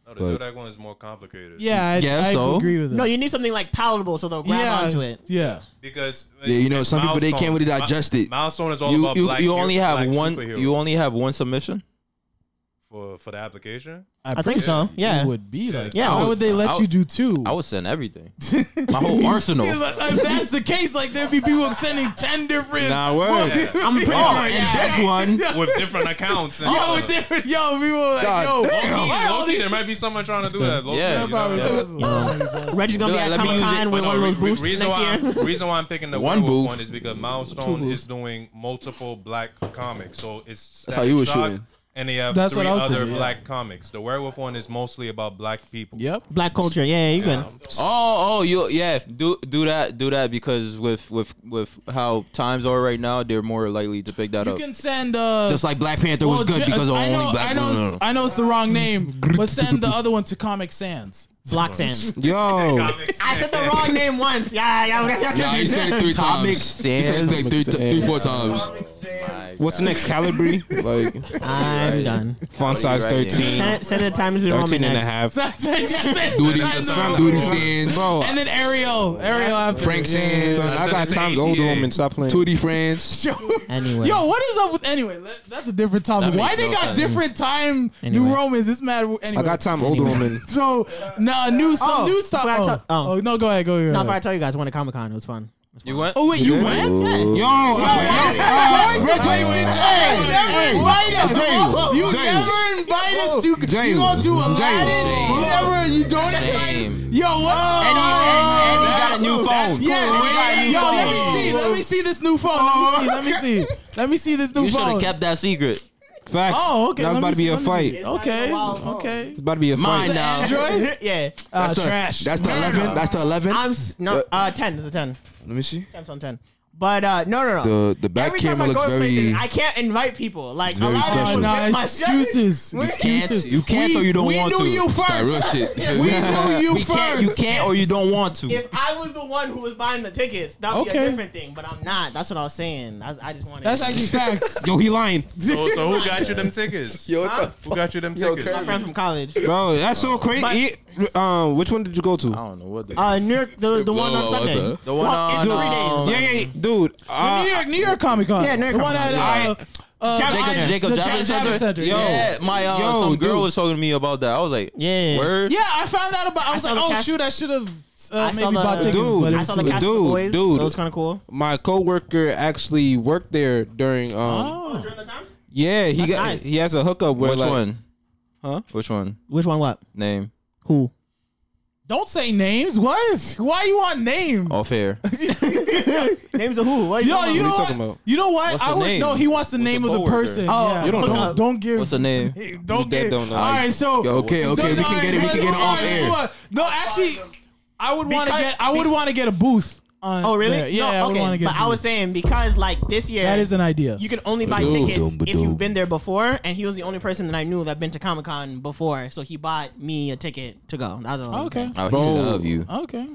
No, the Zodiac one is more complicated.
Yeah, I,
Yeah,
I
so?
agree with that.
No, you need something like palatable so they'll grab
yeah,
onto it.
Yeah.
because
Yeah, you know,
it's
some people, they can't really
Mi-
digest it.
Milestone is all
You
about
you,
black.
you only
hero-
have
black
one.
superheroes.
You only have one submission.
for for the application?
I think so. Yeah.
It would be like,
Yeah, I
why would,
would-
they let
I
you
would-
do two?
I would send everything. My whole arsenal.
Yeah, like, if that's the case, like there'd be people sending ten different.
Nah, word.
I'm pretty
Oh,
sure.
and this one.
With different accounts. And
Yo, Oh, different. Yo, people were like,
God
yo,
Low-key,
why all
low-key,
these?
there might be someone trying to do that. Low-key,
Yeah,
you know?
probably
Yeah.
Reggie's gonna be
Let
at
me use
Comic Con
it.
with
No,
one of those
re- re-
booths next
reason why,
year.
Reason why I'm picking the
One
one
booth.
one is because Milestone is doing multiple black comics, so it's
That's how you was
Static Shock,
shooting.
And they have
That's
three
what I was
other
thinking, yeah.
black comics. The werewolf one is mostly about black people.
Yep.
Black culture. Yeah, you good.
Oh, oh, you yeah, do do that, do that because with with with how times are right now, they're more likely to pick that
You
up.
can send. Uh,
Just like Black Panther was
well,
good
ju-
because of
I know,
only black
I know,
no, no, no.
I know it's the wrong name, but send the other one to Comic Sans.
Black Sands.
Yo.
Comics.
I said the wrong name once. Yeah, yeah, yeah. yeah,
Nah, he said it three
Comic
times. He said it like three, t- three, four times.
What's next? Calibri?
Like
I'm done.
Font size
Oh, Right, yeah.
13.
Sen- Senator Times and
13
Roman
and a
next.
half.
Duty,
Son.
Duty Sands,
And then Ariel, Ariel after.
Frank Sands,
Son, I got
Seven,
times
eight,
older
yeah.
woman. Stop playing.
Tootie Friends.
Anyway.
Yo, what is up with anyway? let- That's a different topic.
That
Why
makes
they
no
got
sense.
different time New
Anyway.
Romans? This mad. Anyway,
I got time older woman.
so nah, new some
Oh,
new stuff.
before I
Oh,
talk- oh.
oh, no, go ahead, go ahead.
Now, if I tell you guys, I went to Comic Con. It was fun.
You went?
oh wait, you went?
Yo, I- yo, uh, Reg- wait, wait,
Hey, never invite us.
James,
You
James.
never invite us to. You
James,
go to Aladdin.
James.
You never. You don't invite. us.
Shame.
Yo, what?
got a new phone.
Oh. Yeah,
We got a new
yo, let me
phone.
see. Let me see this new phone. Let me see. Let me see. Let me see this new
You should
phone.
have kept that secret.
Facts.
Oh, okay.
That was
let
about
me
to be
see,
a
let me see.
fight.
Okay, okay.
It's about to be a
Mine
fight.
now.
Android.
yeah. uh,
That's
the,
trash.
That's the eleven. That's the eleven.
I'm s- no uh ten is a ten.
Let me see.
Samsung ten. But uh no no no.
The the back
Every time
camera
I
looks
go to
very.
places, I can't invite people. Like a
very
lot of
special.
people
Nah,
get
it's
my shit.
excuses.
Can't-
Excuses.
you can't or you don't
we
want
knew
to.
you
It's
first.
That real shit.
We knew you
We
1st
can't, you can't or you don't want to.
If I was the one who was buying the tickets, that would be
Okay.
a different thing. But I'm not. That's what I was saying. I, I just wanted.
That's actually facts.
Yo, he lying.
So, so who got you them tickets?
Yo, what the
Who got you them
Yo,
tickets?
my
Curry.
friend from college.
Bro, that's so crazy. It- Um, which one did you go to?
don't know what the,
Uh, New York, the, the one on
blowout,
Sunday.
the-
the one
Well, it's
on
three
um,
days,
Yeah, yeah, dude.
New
Uh,
York, New York Comic Con.
Yeah, New York
the
Comic
one
Con.
at uh, uh,
Jacob,
Giant-
Jacob
the
Javits
Giant
Center.
Javits Center.
Yo.
Yeah, my uh,
Yo,
some girl
dude.
was talking to me about that. I was like,
Yeah.
word.
Yeah, I found out about. I was
I saw
like,
the
oh
cast-
shoot, I should have uh,
I saw
maybe
the-
bought tickets.
Dude,
but
I
it's
saw the
too
cast
Dude,
of the boys.
dude.
That was kind of cool.
my coworker actually worked there during. Um,
late.
yeah, he
That's
got
nice.
he has a hookup where
Which
like
one?
Huh?
Which one?
Which one? What?
Name.
Who?
Don't say names. What? Why you want name?
Off air.
Names of who? What are you
Yo, you
talking
Oh, What
know
are you
what?
talking about?
You know what?
What's
I
the
would
name?
no. He wants the
What's
name
the
of the
coworker?
person.
Oh,
yeah.
you don't
Don't-
know.
Don't give.
What's the name?
Don't
dead
give.
don't know.
All right, so
Okay, okay, we can get it. We can get it off air.
No, actually, I would want to
Because-
get. I would want to get a booth. On
Oh really?
there. Yeah,
No,
I would
okay.
want to get.
but
a
I
booth.
was saying because like this year
That is an idea.
you can only buy tickets if you've been there before, and he was the only person that I knew that been to Comic Con before, so he bought me a ticket to go. That's what I was
okay. Uh,
Oh, he
Bro.
love you.
Okay.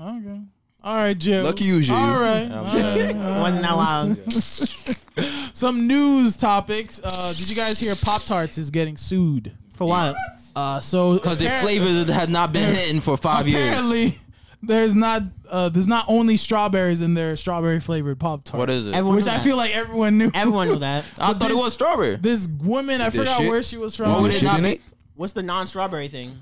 Okay. All right, Jim.
Lucky you, Jim.
All right. All right.
saying. Wasn't that wild?
Some news topics. Uh, did you guys hear Pop Tarts is getting sued?
For what?
Uh, so
Because their
appar-
flavors had not been hitting for five years.
apparently there's not uh, there's not only strawberries in their strawberry flavored Pop Tart.
What is it?
Everyone
Which
knew
I
that.
feel like everyone knew.
everyone knew that.
I thought it
this-
was strawberry.
This woman, I
With this
forgot
shit?
where she was
With
from.
this shit in it?
What's the non-strawberry thing?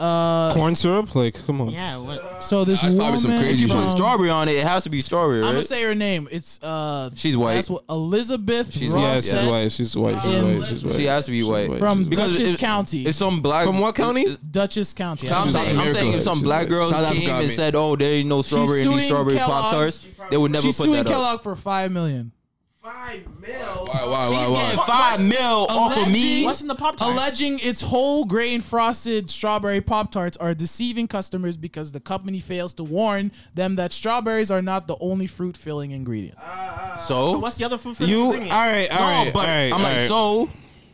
Uh,
corn syrup. Like, come on.
Yeah. What?
so this
That's
woman,
probably some crazy
If you
shit.
put strawberry on it, it has to be strawberry,
I'm
right?
gonna say her name. It's uh,
She's white.
That's what Elizabeth.
She's-
Ross
Yeah, she's
Yeah.
white. She's white. She's
Um,
white. She's white.
she has to be white.
from
Because
Dutchess
it-
County.
It's some black.
From what county?
It's-
Dutchess County.
I'm
South
saying, I'm
America.
saying if some black girls
South
came
Africa, I
and
mean.
said, "Oh, there ain't no strawberry in these
suing
strawberry
Kellogg.
pop tarts," they would never
She's
put
suing
that up.
Kellogg for five million.
Why? Why? Why?
And
Why?
Five mil off of me.
What's in the pop tart?
alleging its whole grain frosted strawberry pop tarts are deceiving customers because the company fails to warn them that strawberries are not the only fruit filling ingredient.
So,
What's the other food? for
You all
the thing?
right? All
no,
right.
but
all right,
I'm
all
like,
right.
so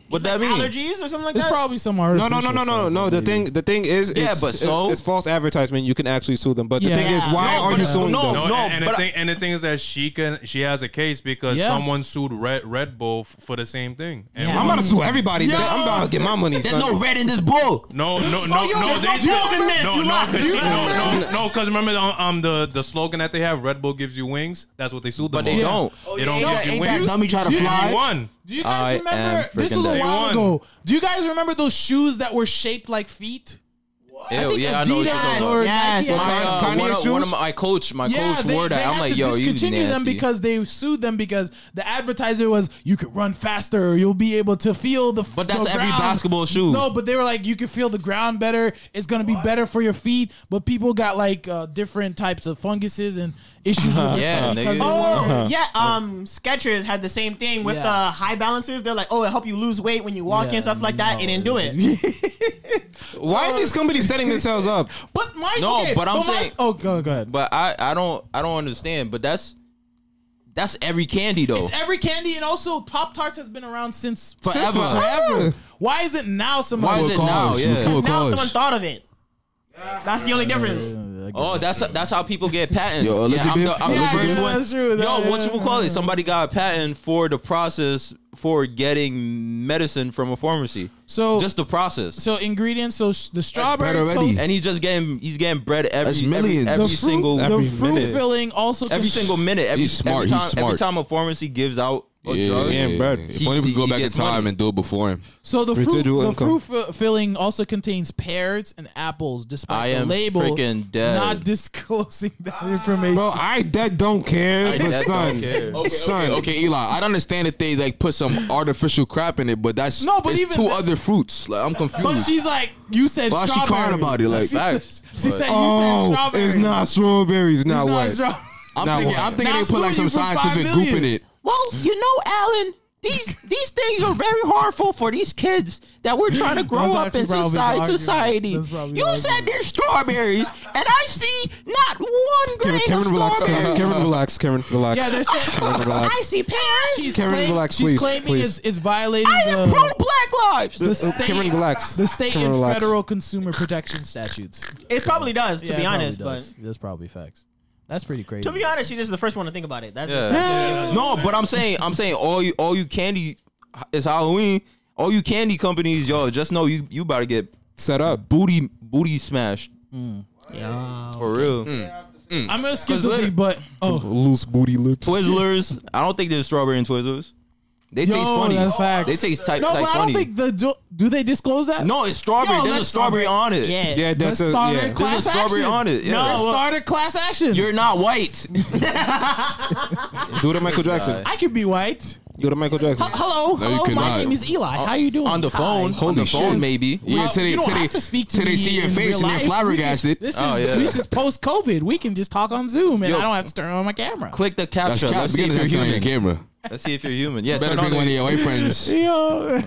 what that mean?
allergies or something like
There's
that?
probably some
No,
artificial.
no, no, no, no,
stuff
no.
in
The
it.
thing, the thing is,
Yeah,
it's,
but
it's-
so?
it's false advertisement. You can actually sue them, but the
Yeah.
thing is, why
No,
are
but
you
it-
suing
no,
them?
No,
No,
and, and the
but I-
thing, and the thing is that she can she has a case because
Yeah.
someone sued Red Red Bull f- for the same thing. And
Yeah.
I'm about to sue everybody. nigga. I'm about to get my money.
There's
son.
no red in this bull.
No, no, no,
yo,
no.
there's
They
no
said,
guilt in this.
no,
You
no,
lied.
cause
You
she, no,
lied.
no, no, because remember the, um the the slogan that they have: Red Bull gives you wings. That's what they sued them.
But they
on.
don't.
They don't
Yo,
give you
ain't that
wings.
dummy try to
You
fly?
won.
Do you guys
I am
remember? This
freaking
was a
dead.
while
They won.
ago. Do you guys remember those shoes that were shaped like feet?
Ew, yeah, I know what you're talking
Adidas
about.
or
Yes,
Nike
yes.
had
My, uh,
Kanye
one, of, one
shoes?
of my coach, my
yeah,
coach
they,
wore
they
that.
had
I'm like,
to
yo, you
discontinue
nasty.
them because they sued them because the advertiser was you could run faster, or you'll be able to feel the.
But that's
the
every
ground."
basketball shoe.
No, but they were like you can feel the ground better. It's gonna be better for your feet. But people got like uh, different types of funguses and issues. with their
Yeah,
feet because they
nigga.
wore-
Oh yeah, um, Skechers had the same thing with
Yeah.
the high balances. They're like, oh, it help you lose weight when you walk
Yeah,
and stuff like that. It didn't do it.
Why are these companies setting themselves up?
But my
No,
okay,
but I'm
my-
saying-
oh, go go ahead.
But I, I don't, I don't understand. But that's, that's every candy though.
It's every candy, and also Pop Tarts has been around since
Forever.
since forever. Why is it now somebody?
Why is
Before
it now?
college,
Yeah.
before
Now someone
college.
thought of it. That's the only difference.
Oh, that's that's how people get patents.
Yo,
yeah, I'm the, I'm
Elizabeth-
the first
yeah,
one.
that's true.
Yo,
That-
what you call it? Somebody got a patent for the process for getting medicine from a pharmacy.
so
Just the process.
so ingredients. So s- the strawberry
better already.
toast,
and he's just getting he's getting bread every
That's
every-
millions.
every,
The
fruit-
single
the
every
fruit
minute.
filling also
every
cons-
single minute. Every,
He's smart,
Every
he's
time, Every
smart.
time a pharmacy gives out a drug,
If only we could go
He-
back
he
in
gets
time
money.
and do it before him.
So the fruit,
Residual
the
income.
fruit fi- filling also contains pears and apples,
I
despite the
am
label
freaking dead.
not disclosing that information.
Bro, I that don't care,
I
but
just don't
son,
care.
Okay,
son,
okay, okay, Eli. I don't understand that they like put some artificial crap in it, but that's
No, but
it's
even
two
th-
other fruits. Like I'm
but
confused.
she's like, you said.
Why is she
strawberry.
crying about it? Like,
she said,
facts.
she said you said
oh,
strawberry.
it's not strawberries,
It's
not
not
what?
straw-
I'm
Now
thinking,
what?
I'm thinking
Now
they put like
sue you
some
for five
scientific group in
million.
it.
Well, Oh, you know, Alan, these these things are very harmful for these kids that we're trying to grow
That's
up in
actually probably the
society.
argument.
society.
That's probably
You
the
said
argument.
they're strawberries, and I see not one
Kevin,
grain
Kevin,
of
relax, Kevin,
strawberry.
Kevin, relax, Kevin, relax.
Yeah, they're saying.
Kevin,
I
relax.
see pears.
Karen, relax,
she's
please,
claiming
please.
It's, it's violating
I am pro
the,
Black Lives.
the
Uh,
state,
Kevin, relax.
the state
Kevin,
and
relax.
federal consumer protection statutes.
It probably does, to
Yeah, it
be
probably
honest.
does.
But
that's probably facts. That's pretty crazy.
to be honest, she's just the first one to think about it. That's just,
No, but I'm saying I'm saying all you all you candy is Halloween. All you candy companies, yo, just know you you about to get
Set up.
booty booty smashed
Mm.
for real.
I'm gonna skip
'Cause
something,
later-
but oh,
Loose booty lips.
Twizzlers, I don't think there's strawberry in Twizzlers. They
Yo,
taste funny.
that's facts.
They taste type
no,
type
but I
funny.
don't think the do, do they disclose that?
No, it's strawberry.
Yo,
There's a
let's-
strawberry on it.
yeah.
Yeah,
let's
that's a,
start
yeah.
a
There's a
class
strawberry
action.
on it. Yeah.
Let's
No.
start a class action.
You're not white.
Do it, Michael Jackson.
I could be white.
Do it, Michael Jackson.
H- hello,
No, you
hello.
could
My
not.
name is Eli. How you doing
Oh, on the phone.
Hi.
on the
shit.
phone, maybe.
Yeah, till they
you don't
till they
have to speak to
till they
me
see your
in real
face and
life.
they're
We can-
flabbergasted.
This is
Oh, yeah.
this is post COVID. We can just talk on Zoom, and
Yo.
I don't have to turn on my camera.
Click the
That's
capture.
cap.
Let's see
Forget
if you're
that's on your
human.
camera.
Let's see if you're human. Yeah,
Better
turn on,
bring one of
the,
your white friends.
Yo,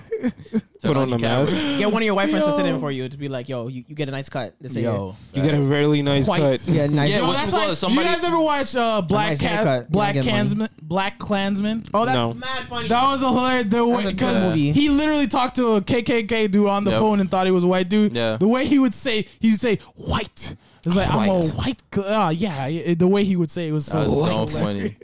Put on a
your camera.
mask.
Get one of your white friends to sit in
Yo.
for you to be like, yo, you, you get a nice cut. This
yo.
You got a really nice
White.
cut.
Yeah, nice.
Yeah,
Yo,
what you
that's
call
like,
it? Somebody.
you guys ever watch uh, Black
Nice
Ca-
haircut.
Black
You'll get money.
Klansman? Black Klansman.
Oh, that's
No.
mad funny.
That was a hilarious. The way
a good
because
movie.
he literally talked to a KKK dude on the
Yep.
phone and thought he was a white dude.
Yeah.
The way he would say, he would say white. It's like I'm a white. cl- Ah, yeah. it- The way he would say it was so.
That was so funny.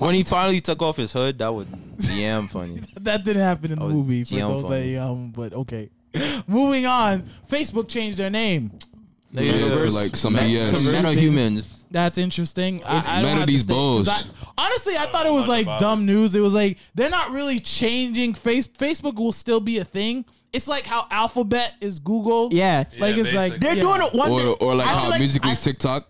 when he finally took off his hood, that was damn funny.
That didn't happen in the
was
movie for
damn
those
funny.
that, um, but okay. Moving on, Facebook changed their name.
Yeah, to like some BS.
Men are humans.
That's interesting. I, I don't
Matter
have
these
to stay- 'cause
balls.
I- honestly, I thought it was like dumb news. It was like they're not really changing face. Facebook will still be a thing. It's like how Alphabet is Google.
Yeah.
like it's like
They're
yeah.
doing it one
Or
thing.
or like
I feel
how
like
musically
I-
TikTok.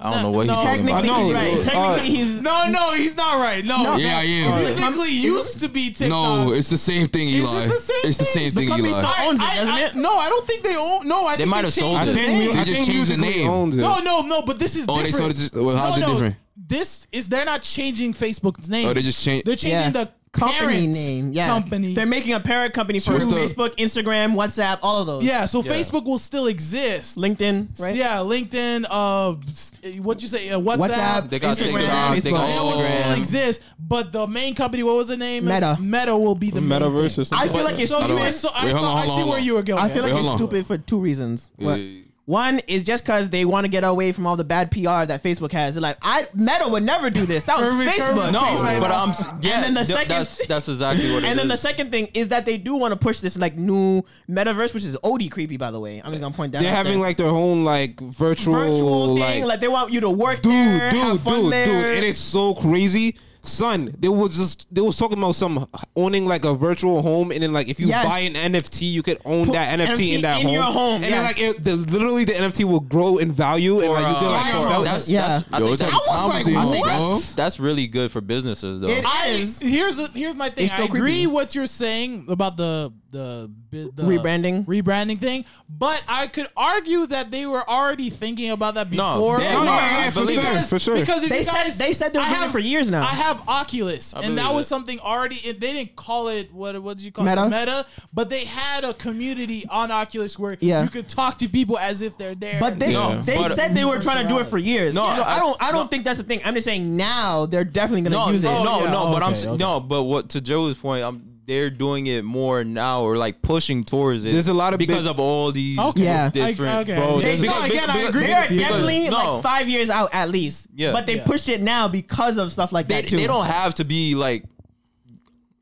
I don't know what he's
No,
talking about.
I
Technically,
know,
he's right.
uh,
Technically, he's
No, no, he's not right. No, no
Yeah, yeah.
Musically used to be TikTok.
No, it's the same thing,
it
Eli.
the same
It's the
thing?
same thing,
company
Eli.
started- owns it,
I-
doesn't
I-
it?
No, I don't think they own. No, I think
might have
changed
sold
I
the
it.
name.
think
They
I
just
think
changed the
musically
name.
owns it.
No, no, no. But this is
Oh, they
different.
sold it to- well, how's
no,
it
no.
different?
This is they're not changing Facebook's name.
Oh, they just changed-
They're changing
Yeah.
the
Company
parent
name, yeah.
Company.
they're making a parent company for
What's the-
Facebook, Instagram, WhatsApp, all of those.
yeah, so Facebook will still exist.
LinkedIn, right?
Yeah, LinkedIn. Uh, st- what'd you say? Uh, WhatsApp.
WhatsApp,
They got
Instagram.
TikTok, they got
They all still
Instagram.
exist, but the main company, what was the name?
Meta.
Meta will be the
Metaverse
main thing.
or
I
something.
feel like it's
So, you
stupid.
were- so I,
Wait, hold
saw,
on,
I
hold
see
on,
where
hold on.
you were going.
I
man.
feel like
Wait,
it's
hold on.
stupid for two reasons. What?
Yeah.
One is just because they want to get away from all the bad PR that Facebook has. They're like, I Meta would never do this. That was Facebook.
No,
Facebook.
but I'm yeah.
then the
th-
second-
that's that's exactly what. it
And then the
is.
second thing is that they do want to push this like new metaverse, which is OD creepy, by the way. I'm just gonna point that.
They're
out
having
there.
like their own like virtual,
virtual thing,
like,
like, they want you to work
dude,
there,
dude,
have fun
dude,
there.
dude, and it's so crazy. son, they was just they was talking about some owning like a virtual home, and then like if you
Yes.
buy an NFT, you could own that NFT,
NFT
in that
in
home.
your home,
and then
yes.
like it, the, literally the NFT will grow in value, and like you can like
Bro,
sell.
that's,
Yeah.
that's, I
Yo,
think
it's like
that-
time thing,
I think
bro.
that's, that's really good for businesses though.
It-
I,
is.
here's the- here's my thing.
It's still
I agree
creepy.
what you're saying about the the, bi- the
Rebranding.
rebranding thing, but I could argue that they were already thinking about that
No,
before.
they-
No, no, yeah, yeah,
I
for
believe
sure,
Because-
for sure.
Because if
They
you
said-
guys,
they said they were
I
doing it
have-
for years now.
I have Oculus, and
believe
that was
it.
something already. It, they didn't call it what? What did you call
Meta?
it? Meta, but they had a community on Oculus where
Yeah.
you could talk to people as if they're there.
But they
No,
they
but-
said they were trying to do it for years.
No,
No, I
I-
don't I don't think that's the thing. I'm just saying now they're definitely gonna
no,
use it.
no, no,
yeah,
no, but I'm
okay,
s-
okay.
no, but what to Joe's point, I'm they're doing it more now or like pushing towards it.
There's a lot of
because
big-
of all these
Okay.
Yeah.
different
I- okay.
bro.
They-
there's-
no,
because-
again, I
because-
agree.
They are
because-
definitely
no.
like five years out at least.
Yeah.
But they
Yeah.
pushed it now because of stuff like
they,
that too.
they don't have to be like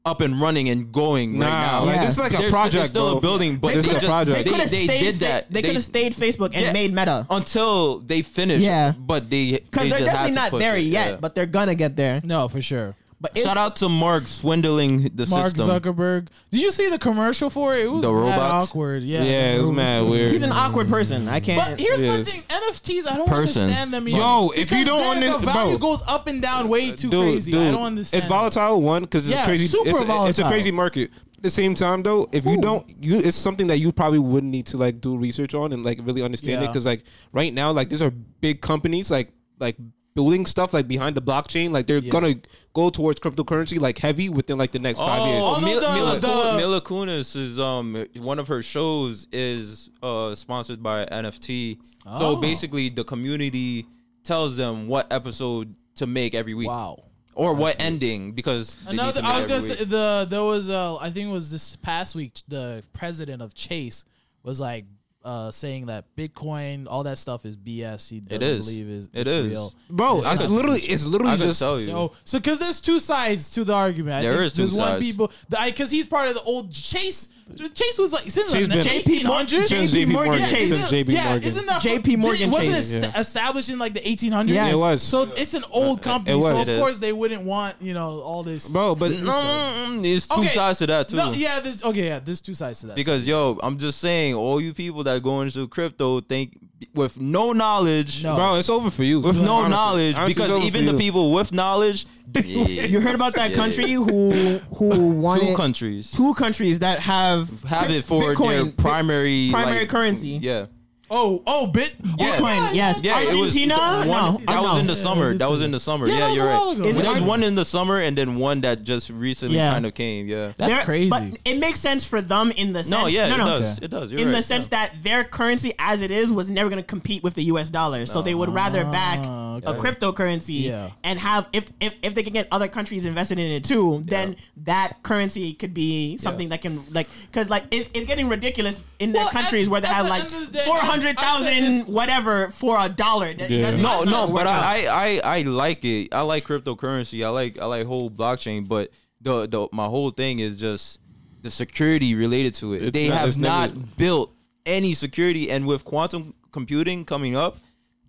up and running and going
Nah,
right now.
like
Yeah.
this is like
There's-
a
there's
project,
still
bro.
a building, but
This is
they
a
just-
project.
They,
They could have
they
stayed.
did
Fa-
that.
They, could have stayed Facebook and
Yeah.
made Meta
until they finished.
Yeah.
but they
because
they
they're
just had
definitely
to
not
push
there
it,
yet,
yeah.
but they're gonna get there.
no, for sure.
But it's,
shout out to Mark swindling the
Mark
system.
Zuckerberg. Did you see the commercial for it? It was
The
mad
robots?
awkward. Yeah,
yeah, it's mad weird.
he's an awkward person. I can't.
But here's my
Yes.
thing: NFTs, I don't
Person.
understand them.
Yo, if
Because
you don't
then
under-
the value
bro.
goes up and down way too crazy. I don't understand.
It's volatile one because it's
Yeah,
a crazy.
super
it's, a- It's a
volatile.
crazy market. At the same time though, if you don't, you it's something that you probably would need to like do research on and like really understand it
Yeah.
because like right now like these are big companies like like building stuff like behind the blockchain like they're gonna go towards cryptocurrency like heavy within like the next five years.
Oh,
Although
Mila,
the-
Mila,
the-
Kun- Mila Kunis is um one of her shows is uh sponsored by NFT.
Oh.
So basically, the community tells them what episode to make every week.
Wow.
Or what ending because they need
Another,
to make
I was
every
gonna
week.
say the there was uh, I think it was this past week the president of Chase was like uh, saying that Bitcoin, all that stuff is BS. He doesn't
is.
believe is
It
it's
is.
real.
Bro, it's,
could-
literally it's literally
I could
just
tell you.
So, so because there's two sides to the argument. I
Oh, There
think
is two
there's One
sides.
people, because he's part of the old Chase. Chase was like since
Chase
like,
been-
JP Morgan,
1800s.
Since
JP
JP
Morgan
Morgan.
Chase.
Since
isn't-
JP
yeah,
Morgan.
isn't that
JP Morgan
Wasn't
Chase.
it st- established in like the 1800s?
Yeah, it
was.
So it's an old company.
was.
So
It
of
is.
course they wouldn't want you know all this.
bro. But
No, mm, mm, there's two
Mm-hmm. Okay,
sides to that too.
No, yeah, there's okay, yeah, there's two sides to that.
Because yo, I'm just saying, all you people that go into crypto think with no knowledge,
No.
bro, it's over for you.
with no
Honestly.
knowledge,
Honestly, it's
because
over for
even the
you.
people with knowledge,
you heard about that
Yeah.
country who who wanted
two countries
two countries that have
have it for their
Bitcoin.
primary
primary
like,
currency.
Yeah.
oh, oh, bit.
Yeah.
Bitcoin, yes.
Yeah, it was
Argentina?
one-
no,
that
no.
was in the summer. That was in the summer.
Yeah,
Yeah,
that was
you're
a while
right.
ago.
There
Is it
was
Argen-
one in the summer and then one that just recently
Yeah.
kind of came. Yeah.
That's
They're-
crazy.
But it makes sense for them in the sense.
no, yeah,
no, no.
it does. It does. You're
in
right.
the sense that their currency as it is was never going to compete with the US dollar. So they would
Ah,
rather back a cryptocurrency
Yeah.
and have if, if if they can get other countries invested in it too, then that currency could be something that can like cuz like it's, it's getting ridiculous in the
Well,
countries
at-
where they
at
have
the
like
end of the day, I- I said
400,000
this-
whatever for a dollar. That- that's-
no,
that's
no,
not
but
worth it.
I, I, I, I like it. I like cryptocurrency. I like, I like whole blockchain. But the, the, my whole thing is just the security related to it.
It's
they
not-
have
it's never-
not built any security, and with quantum computing coming up,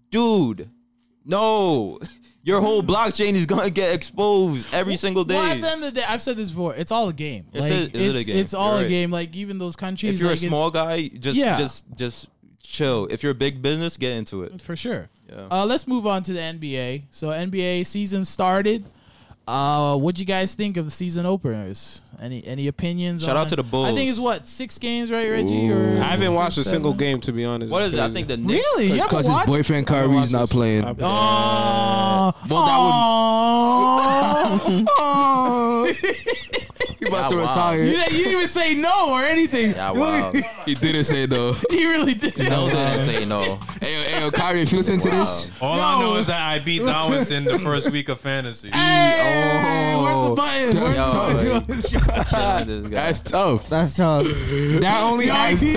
dude, no, your whole blockchain is gonna get exposed every single day.
Well, at the end of the day, I've said this before. It's all a game.
It's
Like,
a- is it a
it's,
game?
it's all
You're
a
right.
game. Like even those countries.
if you're
like,
a
it's-
small guy, just
Yeah.
just just chill. If you're a big business, get into it.
for sure.
Yeah.
Uh, let's move on to the NBA. So NBA season started. Uh, what you guys think of the season openers? Any any opinions?
Shout out
on-
to the Bulls.
I think it's what six games, right, Reggie? Or
I haven't watched a single game to be honest.
What
It's
is it? I
crazy.
think the Knicks,
really. You haven't
Because his
watched?
boyfriend Kyrie's not playing.
I've-
Oh,
Aw.
He about to
wow.
retire.
You didn't, you didn't even say no or anything.
Yeah, Ah, wow.
He didn't say though.
He really did.
Those didn't say no.
hey, yo, hey, yo, Kyrie, if you listen to this,
All I know is that I beat Downs in the first week of fantasy.
Hey, where's the button? Where's
Yo,
the
like-
button?
Yeah, this guy.
that's tough.
that's tough.
That only
That's
happened.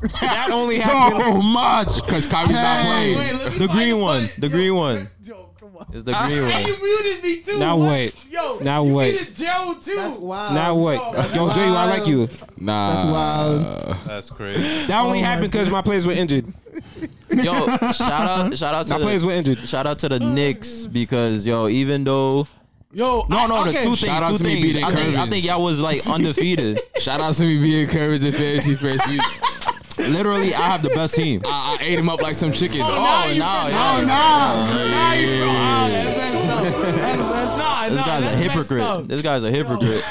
tough.
That only happened.
So much because Kyrie's not playing.
Wait, let me
The
find
green
the
one.
button.
The green one.
Yo, come on.
It's the green
And
one.
you muted me too.
Now
What?
wait.
Yo,
Now
you
wait.
muted Joe too.
Wow.
Oh,
Now what? Yo, Jay, I like you.
Nah,
That's wild.
That's crazy.
That only happened because my players were injured.
Yo, shout out, shout out to
My players were
the
injured.
shout out to the Knicks because yo, even though
Yo,
No,
I-
no, the
okay.
two
Shout
things,
out
two
to me
things.
beating
I think, I
Curvis.
think y'all was like undefeated.
Shout out to me being encouraged in fantasy first week.
Literally, I have the best team.
I, I ate him up like some chicken. Oh,
now you-
now,
Oh no!
yeah.
Now you oh, that's messed up. That's, that's not.
This
no,
guy's
that's
a
messed
hypocrite.
up.
This guy's a hypocrite.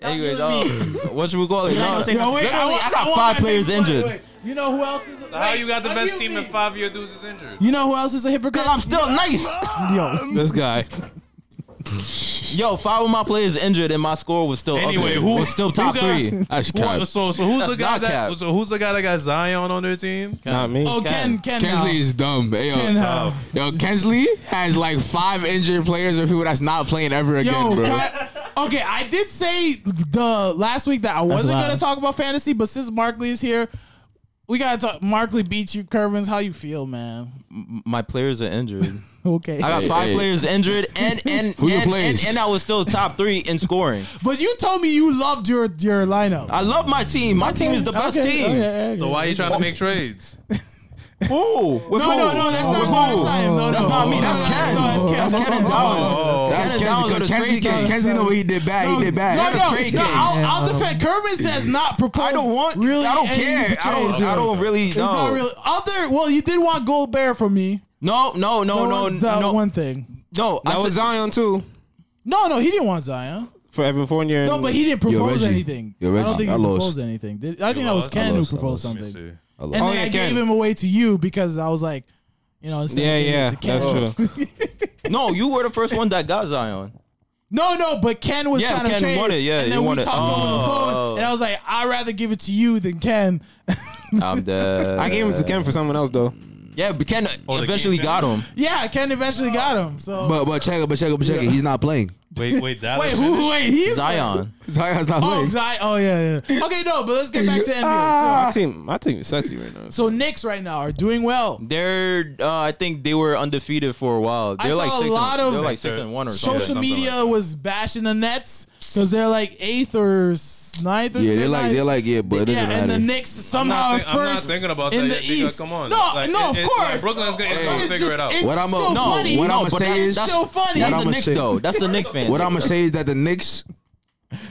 Anyways, anyways, uh, what should we call it?
not
No,
gonna say
literally,
Yo,
nothing.
wait, I, want-
I got
want
five
my
players
thing- wait,
injured.
wait. You know who else is?
How you got the best team
in
and five of your dudes is injured?
You know who else is a hypocrite?
I'm still nice.
Yo,
This guy.
Yo, five of my players injured, and my score was still
Anyway,
up there.
who-
was still top
who got-
three?
That's
Who-
cap.
so so who's the
That's
guy
not
that
cap.
so who's the guy that got Zion on their team?
Not me.
oh Ken, Ken, now.
Kensley is dumb. Hey,
Ken,
yo,
now.
yo, Kensley has like five injured players or people that's not playing ever again,
Yo,
bro.
Ken- okay, I did say the last week that I wasn't
a lot.
going to talk about fantasy, but since Markley is here, we got to talk. Markley beat you, Kervins. How you feel, man?
My players are injured.
Okay,
I got
Hey,
five
hey.
players injured, and and
Who you
and, and
plays?
and I was still top three in scoring.
but you told me you loved your your lineup.
I love my team. My team is the best
Okay,
team.
okay, okay.
So why are you trying to make trades?
Who? With
No,
who?
Oh, no, no, that's not that's not him. No, no,
That's not me. Oh. That's Ken.
No, that's
That's
Ken.
Ken and Downs.
That's
Ken
Kenzie.
and Downs are the
Because Kenzie,
trade
can-
kings.
Kenzie know what he did bad. he did bad.
No,
That's
no,
trade
no,
games.
I'll, I'll defend. Kermit has not proposed.
I don't want.
Really,
I don't
any
care. I don't.
trades,
I
really.
don't really.
It's not
No.
really. Other, well, you did want Gold Bear from me.
no. No. No.
That
No.
was the
No.
one thing.
No. I
That was
said-
Zion too.
No, no, he didn't want Zion.
for Evan Fournier.
No,
and-
but he didn't propose
Reggie.
anything.
Yo,
I don't
Reggie,
think
I
he
lost.
proposed anything. Did- I think that was
lost? I
Ken
lost, I
who proposed
lost.
Let me see.
something. And
Oh,
then
yeah,
I
Ken.
gave him away to you because I was like, you know, instead
yeah,
of giving it
yeah,
to Ken.
that's true.
No. You were the first one that got Zion.
No, no, but Ken was
Yeah,
trying to
Ken
trade.
wanted, yeah,
and
he
then we
wanted-
talked over the phone,
Oh.
and I was like, I'd rather give it to you than Ken.
I'm dead.
I gave him to Ken for someone else though.
Yeah, but Ken eventually
game
got him.
yeah, Ken eventually got him. So
But but check it, but check it, but check it. He's not playing.
Wait, wait,
wait,
Dallas.
who? Wait, he's
Zion.
Zion's not
Oh,
playing.
Zion. Oh yeah, yeah. Okay, no, but let's get back to NBA.
My team, my team is sexy right now.
So, so Knicks right now are doing well.
They're. Uh, I think they were undefeated for a while. They're
saw
like
a
six.
lot
and,
of
they're like six and one or something.
Social
something
media
like that.
was bashing the Nets because they're like eighth or s- ninth. or
Yeah, they're like
ninth.
they're like yeah, but it
yeah,
doesn't
and the
matter.
Knicks somehow
I'm
are
not, thi- I'm not
first
thinking about
in
that
the
yet, because
East.
Come on,
No,
Like,
no,
it-
of
it-
course.
like, Brooklyn's gonna it's
Hey.
gonna
It's
figure
just-
it out.
it's
What I'm
so
a-
no,
funny.
what
no,
I'ma
but
say
that's-
is-
that's
so funny.
That's
What
the
I'ma
Knicks
say-
though. That's the Knicks fan.
What I'm gonna say is that the Knicks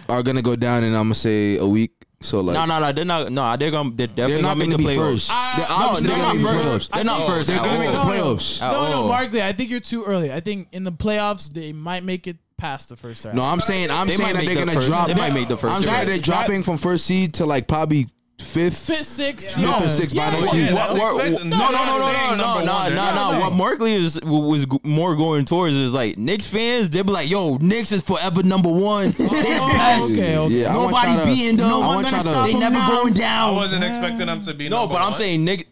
are gonna go down, and I'm gonna say a week. So like,
No, no, no. They're not. No, they're gonna. They're definitely
they're not
make
gonna
the
be
playoffs.
first.
I-
They're
No,
obviously
they're
gonna
not
be
first.
first.
They're not first.
They're
at
gonna make the
all.
playoffs.
At
No,
Oh.
no,
all.
Barkley. I think you're too early. I think in the playoffs they might make it past the first round.
No, I'm saying I'm
They might
saying that
make
they're
the
gonna
first-
drop.
they might make the first
I'm saying
round.
they're dropping from first seed to like probably fifth.
Fifth, sixth,
Fifth
yeah.
or sixth by
Yeah,
next
yeah,
week.
yeah.
That's
What- what-
expected.
no, no, no, no,
They're
no,
saying
no,
number
no,
one. They're
no,
not
no.
saying-
What Markley is was g- more going towards is like Knicks fans. They'll be like, "Yo, Knicks is forever number one. They best.
Oh, okay, okay.
Yeah, I want
Nobody
y'all to-
beating them.
I
No
want
one
y'all
gonna
to-
They never going down."
I wasn't expecting them to be
no,
number
but I'm
one.
saying Nick,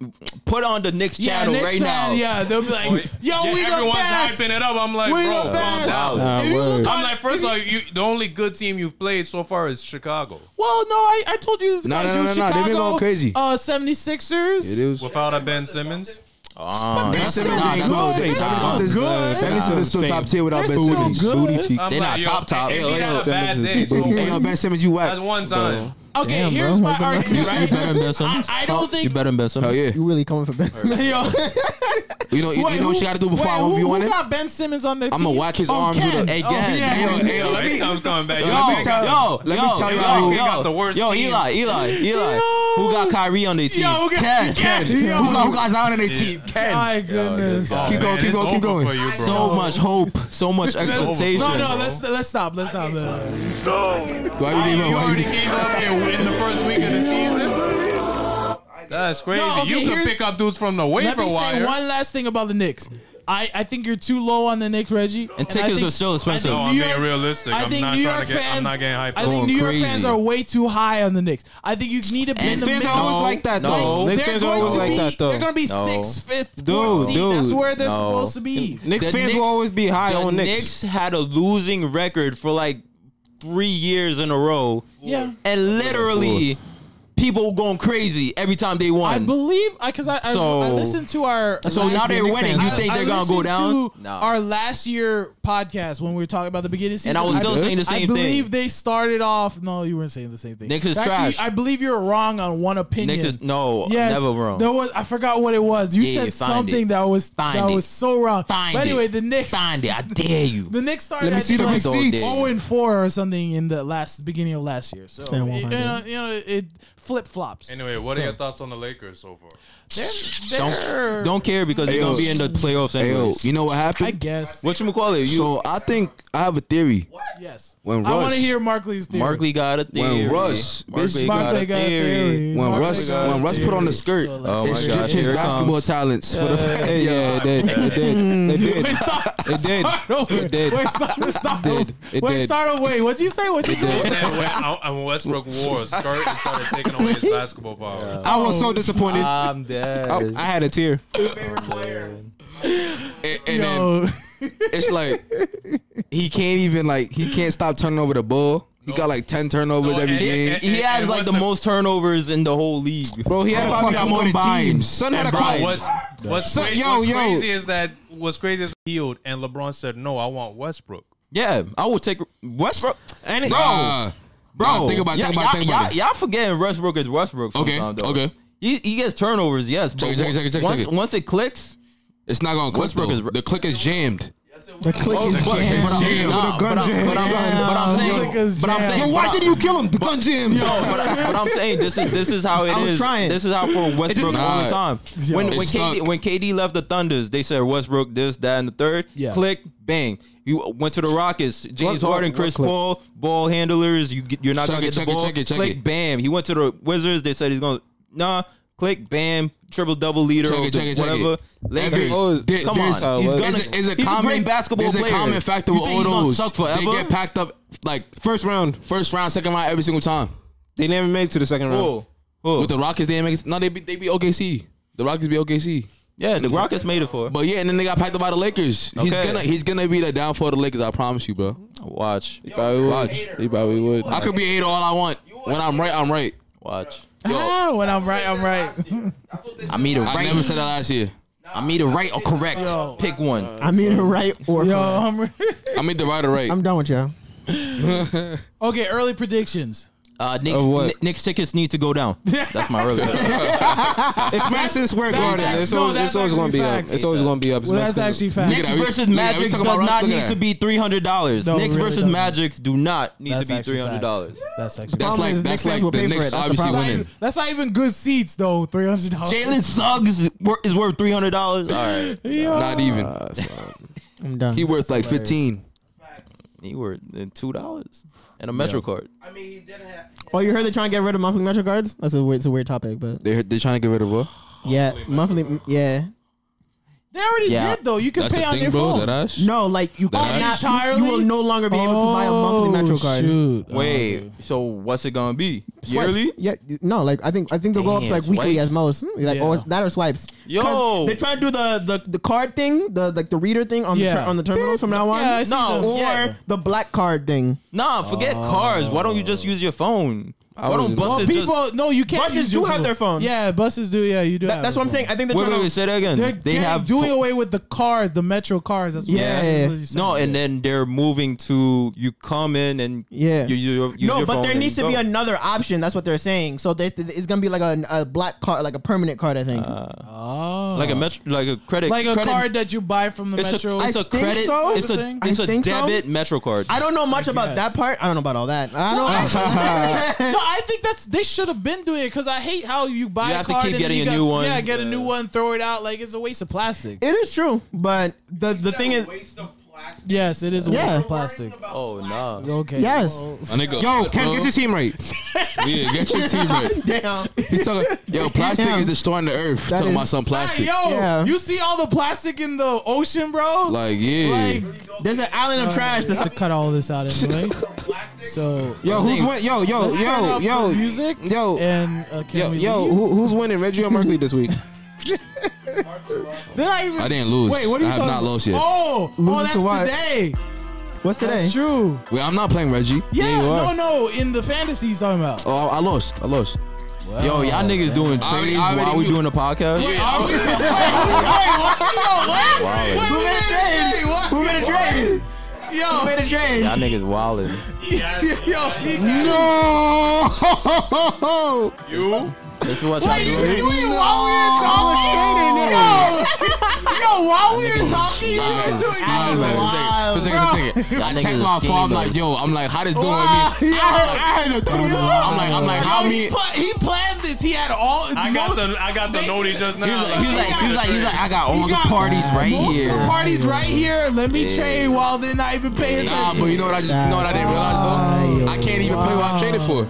put on the Knicks
Yeah,
channel
next
right
time,
now.
Yeah, they'll be like, yo,
Yeah,
we the
everyone's
best.
hyping it up. I'm like,
we
bro,
the
calm
best.
down.
Nah,
If you
word.
look
I'm
on-
like, first of all, you, the only good team you've played so far is Chicago.
well, no, I, I told you this.
No,
guys,
no,
you
no, no, no, they've been
Chicago,
going crazy.
Uh, 76ers.
It is.
Without a Ben Simmons,
Uh,
Ben Simmons
Nah,
ain't
that's not
good. Ben
good.
Simmons is uh, Simmons is still top tier without
They're
Ben
still
Simmons.
good.
Booty cheeks.
I'm
They not
yo,
top, top.
If
Yo,
he
yo,
had a bad
Simmons is
day,
big
so
booty.
Hey, yo, Ben Simmons, you
that's
whack.
one time.
Okay,
Damn,
here's
bro.
my argument.
You better than Ben
I,
Simmons.
I don't
You
think.
better than Ben
Hell
Simmons.
yeah.
You really coming for Ben?
Yo,
You know, you
wait,
know what
who-
you got to do before I
wait,
won't be
who,
on
who
it.
got Ben Simmons on their
I'ma
team?
whack his
Oh,
arms with
Ken.
a-
Hey,
Oh,
Ken.
yeah.
Hey, yo, hey, yo,
Yo,
let me-
I'm coming back.
yo,
Yo,
let me
nigga.
tell-
Yo,
Let me
yo,
tell
yo,
y'all who-
yo,
got the worst
yo,
team.
Eli, Eli, Eli. Who got Kyrie on their team?
Yo, okay.
Ken.
Ken.
Who
Yo.
got who got Zion in their team? Ken.
My goodness.
Oh,
Keep going,
man,
keep
it's
going, keep
over
going.
for you, bro.
So much hope, so much expectation.
No, no, let's let's stop. Let's stop. Let's stop.
Why you
You
leave
already
him?
gave up in in the first week of the season. That's crazy.
No, okay,
you
here's-
can pick up dudes from the
Let
waiver
me say
wire.
one last thing about the Knicks. I, I think you're too low on the Knicks, Reggie. And, I
tickets
think-
are still
I
expensive.
think
No, Oh, I'm
New
being
York-
realistic.
I
I'm
think
not
New
trying
York
to get- I'm
fans.
not getting hyped. Oh,
I think
Going
New York
crazy.
fans are way too high on the Knicks. I think you need to be in
Knicks
the
fans
middle.
are always like that
No.
though. Knicks
They're
fans are
going
always
to
like
be,
that though.
They're gonna be
No.
sixth, fifth,
Dude,
fourth seed. That's
dude.
where they're
No.
supposed to be.
Knicks
The
fans
Knicks-
will always be high
the
on
Knicks
Knicks.
had a losing record for like three years in a row,
Yeah.
and literally people going crazy every time they won.
I believe I because I, I,
So-
I listened to our
so now they're winning. You
I-
think
I
they're gonna go
listened
down?
to
No.
Our last year podcast when we were talking about the beginning of season,
And I was still
be-
saying the
I
same
believe
thing.
they started off. No, you weren't saying the same thing.
Knicks is
Actually,
trash.
I believe you're wrong on one opinion.
Knicks is no,
Yes,
never wrong.
There was I forgot what it was. You
Yeah,
said
find
something
it.
that was
Find
that
it.
was so wrong.
Find
but anyway,
it.
the Knicks
Find it, I dare you.
the Knicks started
me
at
see the
like
receipts.
0 and 4 or something in the last beginning of last year. So
Fair
it-
one
you
hundred.
know, you know it flip flops.
Anyway, what are your thoughts on the Lakers so far?
don't don't care because they're gonna be in the playoffs
Yo,
anyways.
you know what
I
happened?
guess.
What you call it? You
So I think I have a theory.
Yes.
When
I want
Russ-
to hear Markley's theory.
Markley got a
When
theory.
Russ-
Markley
bitch,
got a
Markley got a
theory.
theory.
When
Markley
Russ
got a
when Russ put on the
theory.
skirt,
So let's-
Oh
it
my
stripped
God,
his
here it
basketball
comes.
talents for the
Hey, yeah, it did. It did. It did. It did. It did.
Wait, start, start
did.
Wait,
It did.
start away. What'd you say? What'd you say?
And when, and when Westbrook wore a skirt and started taking away his basketball power.
I was
Oh.
so disappointed.
I'm dead.
I, I had a tear.
and, and then
Yo,
it's like he can't even like he can't stop turning over the ball. He got like ten turnovers
No,
every
and-
game.
and-
he has
and
like
what's
the, most turnovers in the whole league.
Bro, he had a
Probably got
fucking
more than
combined.
teams.
Son had a
And bro,
combined.
What's what's,
So,
cra-
yo,
what's
yo.
crazy is that what's crazy is healed and LeBron said no, I want Westbrook.
Yeah, I would take Westbrook. And
Bro, uh,
bro,
think about, it,
y'all-
think about, it, think
y'all,
about. it.
y'all, y'all forgetting Westbrook is Westbrook.
Okay,
sometimes, though.
okay.
He, he gets turnovers, yes. but
it, check it, check it, check it,
once,
check it.
once it clicks,
It's not gonna click.
Westbrook
though.
is re-
the click is jammed.
The click is
but-
jammed.
but I'm-
Jammed.
nah,
With a gun
but I'm-
jam.
but I'm- but I'm saying-
Niggas
but I'm
jam.
saying,
Yo,
but
why
I-
did you kill him? The gun jam.
No, but, I, but I'm saying this is this is how it is.
I was trying.
This is how for Westbrook all the
Nah.
time. When
It
when KD,
stunk.
when KD left the Thunders, they said Westbrook this that and the third.
Yeah.
Click bang. You went to the Rockets. James
What- what-
Harden,
what
Chris
click?
Paul, ball handlers. You get- you're not
Check
gonna
it,
get the
check it,
ball.
check it, check
click
it.
bam. He went to the Wizards. They said he's gonna nah. Click bam. Triple double leader.
Check
or
it, check it, check it.
whatever. Lakers.
There's- there-
Come
there's-
on.
He's
He's
gonna,
gonna.
is a, is a
he's
common,
a great basketball
there's
player.
a common factor
You
with
think
all
he's gonna
those.
Suck forever.
They get packed up like
First round.
first round, second round every single time.
They never made it to the second round.
Who? Who?
With the Rockets, they make no. They be they be OKC. The Rockets be OKC.
yeah, the Rockets made it for.
But yeah, and then they got packed up by the Lakers. He's
Okay.
gonna he's gonna be the downfall of the Lakers. I promise you, bro.
Watch,
Probably would.
Watch.
He probably would.
I could be a hater all I want. When I'm right, I'm right.
watch.
Yo,
Ah, when I'm right, I'm right.
I'm either
I
right.
never said that last year.
I'm either right or correct.
Yo.
Pick one.
I'm either Oh, right or
Yo,
wrong.
I'm
I'm either right or right.
I'm done with y'all.
okay. Early predictions.
Uh, Knicks,
Of what?
Kn- Knicks tickets need to go down. That's my real.
It's Madison Square Garden.
actually-
It's
no,
always,
that's
it's always
actually
going to be up.
facts.
It's always going to be up. It's
Well, that's
Mexican.
actually fact.
Knicks
we-
versus
nigga, we
Magic does
talking about Russ,
not
look at
need
that.
to be three hundred dollars.
No,
Knicks
really
versus
doesn't.
Magic do not need to
That's
be
actually
three hundred dollars.
facts. That's actually
That's
Problem
like
is
that's
Knicks fans will
like
pay
the
for
Knicks
it. That's the
obviously
problem.
winning.
That's not even good seats though. Three hundred dollars.
Jalen Suggs wor- is worth three hundred dollars. All right,
Not even.
Uh,
I'm done.
he worth like fifteen.
he worth uh, two dollars and a Metro card.
I mean he did have
oh, you heard they're trying to get rid of monthly metro cards? That's a weird, it's a weird topic, but
they they're trying to get rid of what?
yeah, monthly, yeah.
They already
Yeah.
did though. You can
That's
pay
the
on
thing,
your
bro.
phone.
That ass.
No, like you Oh,
That
cannot.
entirely?
You will no longer be able to buy a monthly metro card.
Oh, Shoot.
Wait, so what's it gonna be?
Swipes.
Yearly?
Yeah, no, like I think I think they'll go up to,
Damn,
like weekly
swipes.
as most. Like
Yeah.
or that or swipes. 'Cause
Yo.
they're trying to do the, the the card thing, the like the reader thing on the
Yeah.
ter- on the terminals from now on.
Yeah, I see
No,
them.
or
yeah.
the black card thing.
Nah,
Oh.
forget cars. Why don't you just use your phone? Why don't
wouldn't- Well,
buses
people,
just?
no, you can't.
Buses
use
do
your
have their phone.
Yeah, buses do. Yeah, you do.
That-
have
that's
your
what I'm saying. I think they're
Wait,
trying
wait,
to
wait, say that again.
They're
they have
doing
pho-
away with the card, the metro cars. That's what
Yeah.
that's what you're saying.
No, and then they're moving to you come in and
Yeah.
you, you, you, use
no,
your
but
phone
there
and
needs to
go.
be another option. That's what they're saying. So they, it's gonna be like a, a black card, like a permanent card. I think.
Uh,
oh.
like a metro, like a credit,
like a
credit,
card that you buy from the
It's
metro.
a, it's a
think
credit.
so.
It's a
Everything.
it's
I
a
think so.
debit metro card.
I don't know much about
guess.
that part. I don't know about all that. I don't.
no, I think that's they should have been doing it because I hate how you buy.
You
a
have to
card
keep
and then
getting
you
a
got-
new one.
Yeah, get a new one, throw it out like it's a waste of plastic.
it is true, but the the thing is,
waste of plastic.
yes, it is a
Yeah.
waste of plastic.
oh no!
Okay.
yes.
My nigga,
Yo,
good,
Cam,
bro.
get your team right.
yeah, get your team right.
Damn.
He talking, yo, plastic
Damn.
is destroying the earth.
That
talking
is-
about some
Hey,
plastic.
yo,
Yeah.
you see all the plastic in the ocean, bro?
Like, yeah.
Like,
There's an island of
let's
trash. That's
have to cut all this out anyway. so,
Yo, who's win? Yo, yo,
let's turn
yo,
off
yo,
the music
yo,
and uh, can
yo,
we
yo.
leave?
Who, who's winning, Reggie or Markley this week?
Did I even?
I didn't lose.
Wait, what are you
I have
talking
not lost yet.
Oh, oh,
to what?
that's today.
what's today?
That's true.
Wait, I'm not playing Reggie.
Yeah,
you
no,
are.
no, in the fantasy he's talking about.
Oh, I I lost. I lost.
Yo, y'all niggas doing
already-
trades
I already
while we
knew-
doing the podcast. Wow.
Who made a trade? Who made a trade?
Yo,
Who made a trade?
Y'all niggas wildin'.
yo, he-
No.
You?
This is what y'all
you can do
doing.
it while we're talking. Yo, yo, while we're talking, you can do it.
Nah, for a second, for a second, for a second.
Y'all
I
niggas
check
is
my
skinny
phone. I'm
boys.
like, yo, I'm like, how this doing with me? I heard the I'm like, I'm like, how me?
But he planned this. He had all.
I got the I got the notice just now.
He was like, he was like, he was like, he was like, I got all
He
the
got
parties right
most
here.
of the parties right here. Let me trade while they're not even paying
Nah,
attention.
but you know what I just, you know what I didn't realize though? I can't even play what I traded for.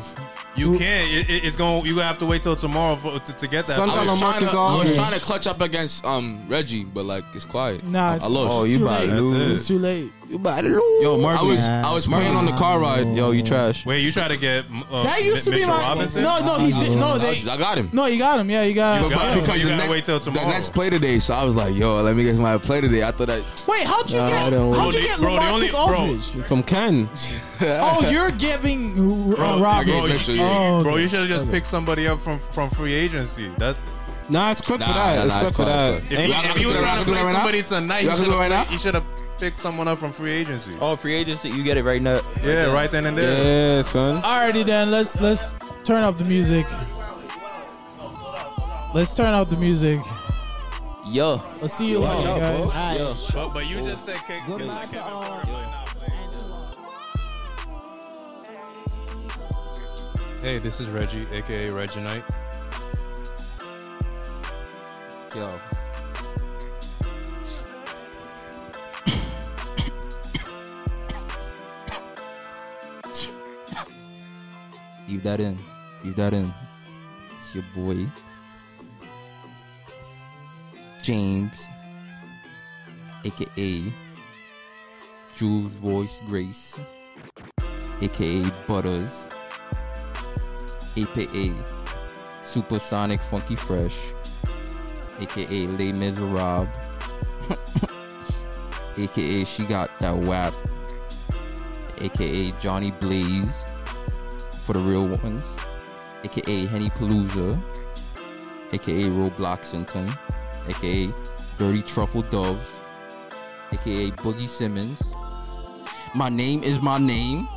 you can't. It, it- it's going. to You gonna have to wait till tomorrow for, to, to get that.
I
Sometimes-
was, trying to,
Lamarcus
I was
always-
trying to clutch up against um Reggie, but like it's quiet.
Nah, it's-
I lost.
Oh, you about to lose.
It's too late.
You about to lose. Yo,
I
Mark,
was I was playing on the car ride.
yo, you trash.
Wait, you try to get uh,
That used to
Mi-
be
Mitchell
like
Robinson?
no, no, he did. No,
I,
they,
was- I got him.
no, you got him. Yeah, you got.
You got him.
because
You
the
gotta
next,
wait till tomorrow.
The next play today, so I was like, yo, let me get my play today. I thought that
Wait, how'd you
Nah, I
get?
don't-
How'd you
Bro,
get
the- bro, the only-
Lamarcus
bro.
Aldridge?
From Ken.
Oh, you're giving uh,
Bro,
Rob.
bro,
I guess
you,
actually, yeah.
Oh,
bro,
okay.
you should have just picked somebody up from from free agency. That's
Nah, it's clip for
Nah, nah,
that. It's
nah,
clip
it's
for
fine,
that.
it's
if,
Hey,
you-
y'all
if
gonna
you
do
were
that-
trying to
y'all
play
gonna do that right
somebody
now?
tonight, you
Y'all gonna do
should
it right
have
now?
you should have picked someone up from free agency.
Oh, free agency, you get it right now.
yeah, right then and there.
Yeah, son.
Alrighty then, let's let's turn up the music. Let's turn up the music.
Yo.
I'll see you
Watch
later,
out,
guys.
bro.
Alright.
But, but you just said kick. kick- kick- Hey, this is Reggie, aka Reggie Knight.
Yo.
Leave that in. Leave that in. It's your boy. James. AKA Jules Voice Grace. AKA Butters. AKA Supersonic Funky Fresh. AKA Les Miserables. AKA She Got That Wap. AKA Johnny Blaze for the real ones, aka Henny Palooza, aka Robloxington, aka Dirty Truffle Doves, aka Boogie Simmons. My name is my name,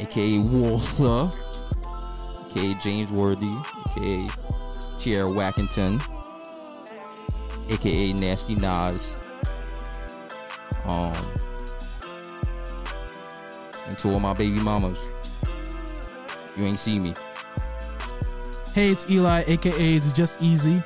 aka Walter, aka James Worthy, aka Chair Wackington, aka Nasty Nas. Um, and to all my baby mamas. You ain't see me.
Hey, it's Eli, aka It's Just Easy.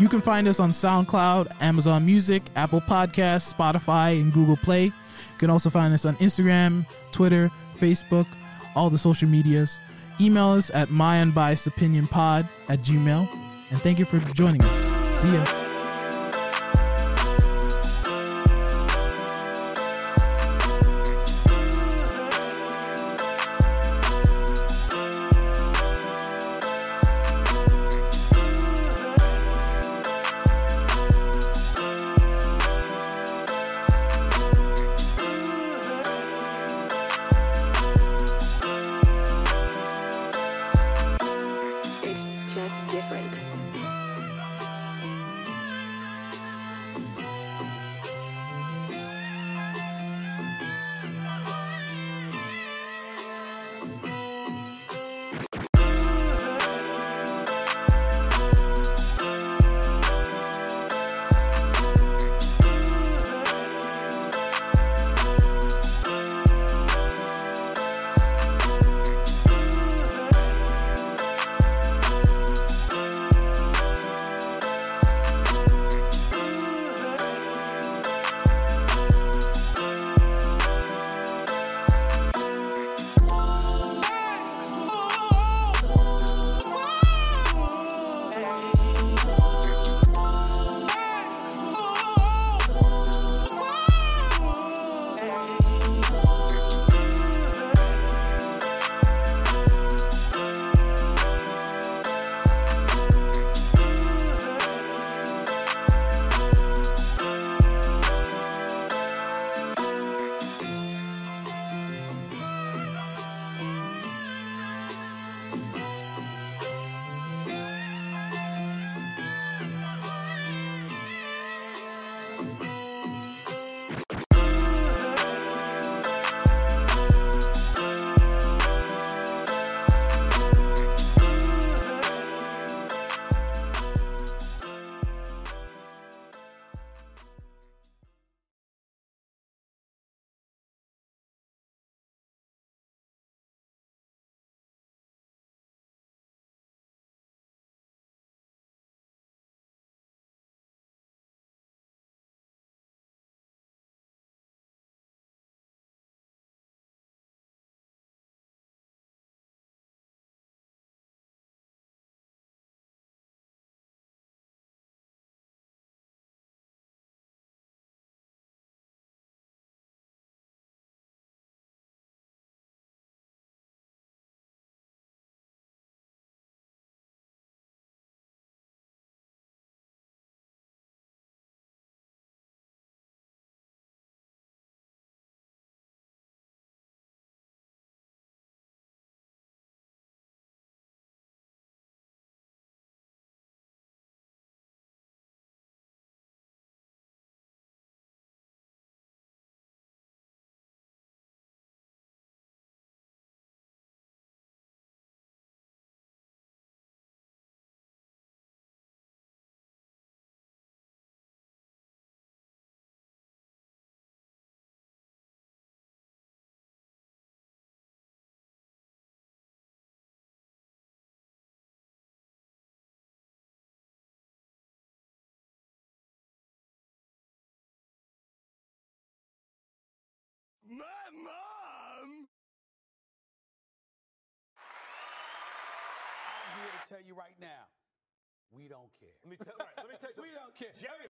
You can find us on SoundCloud, Amazon Music, Apple Podcasts, Spotify, and Google Play. You can also find us on Instagram, Twitter, Facebook, all the social medias. Email us at myunbiasedopinionpod at gmail. And thank you for joining us. See ya.
It's just different.
tell you right now, we don't care. Let me tell, right, let me tell you. we don't care. Jerry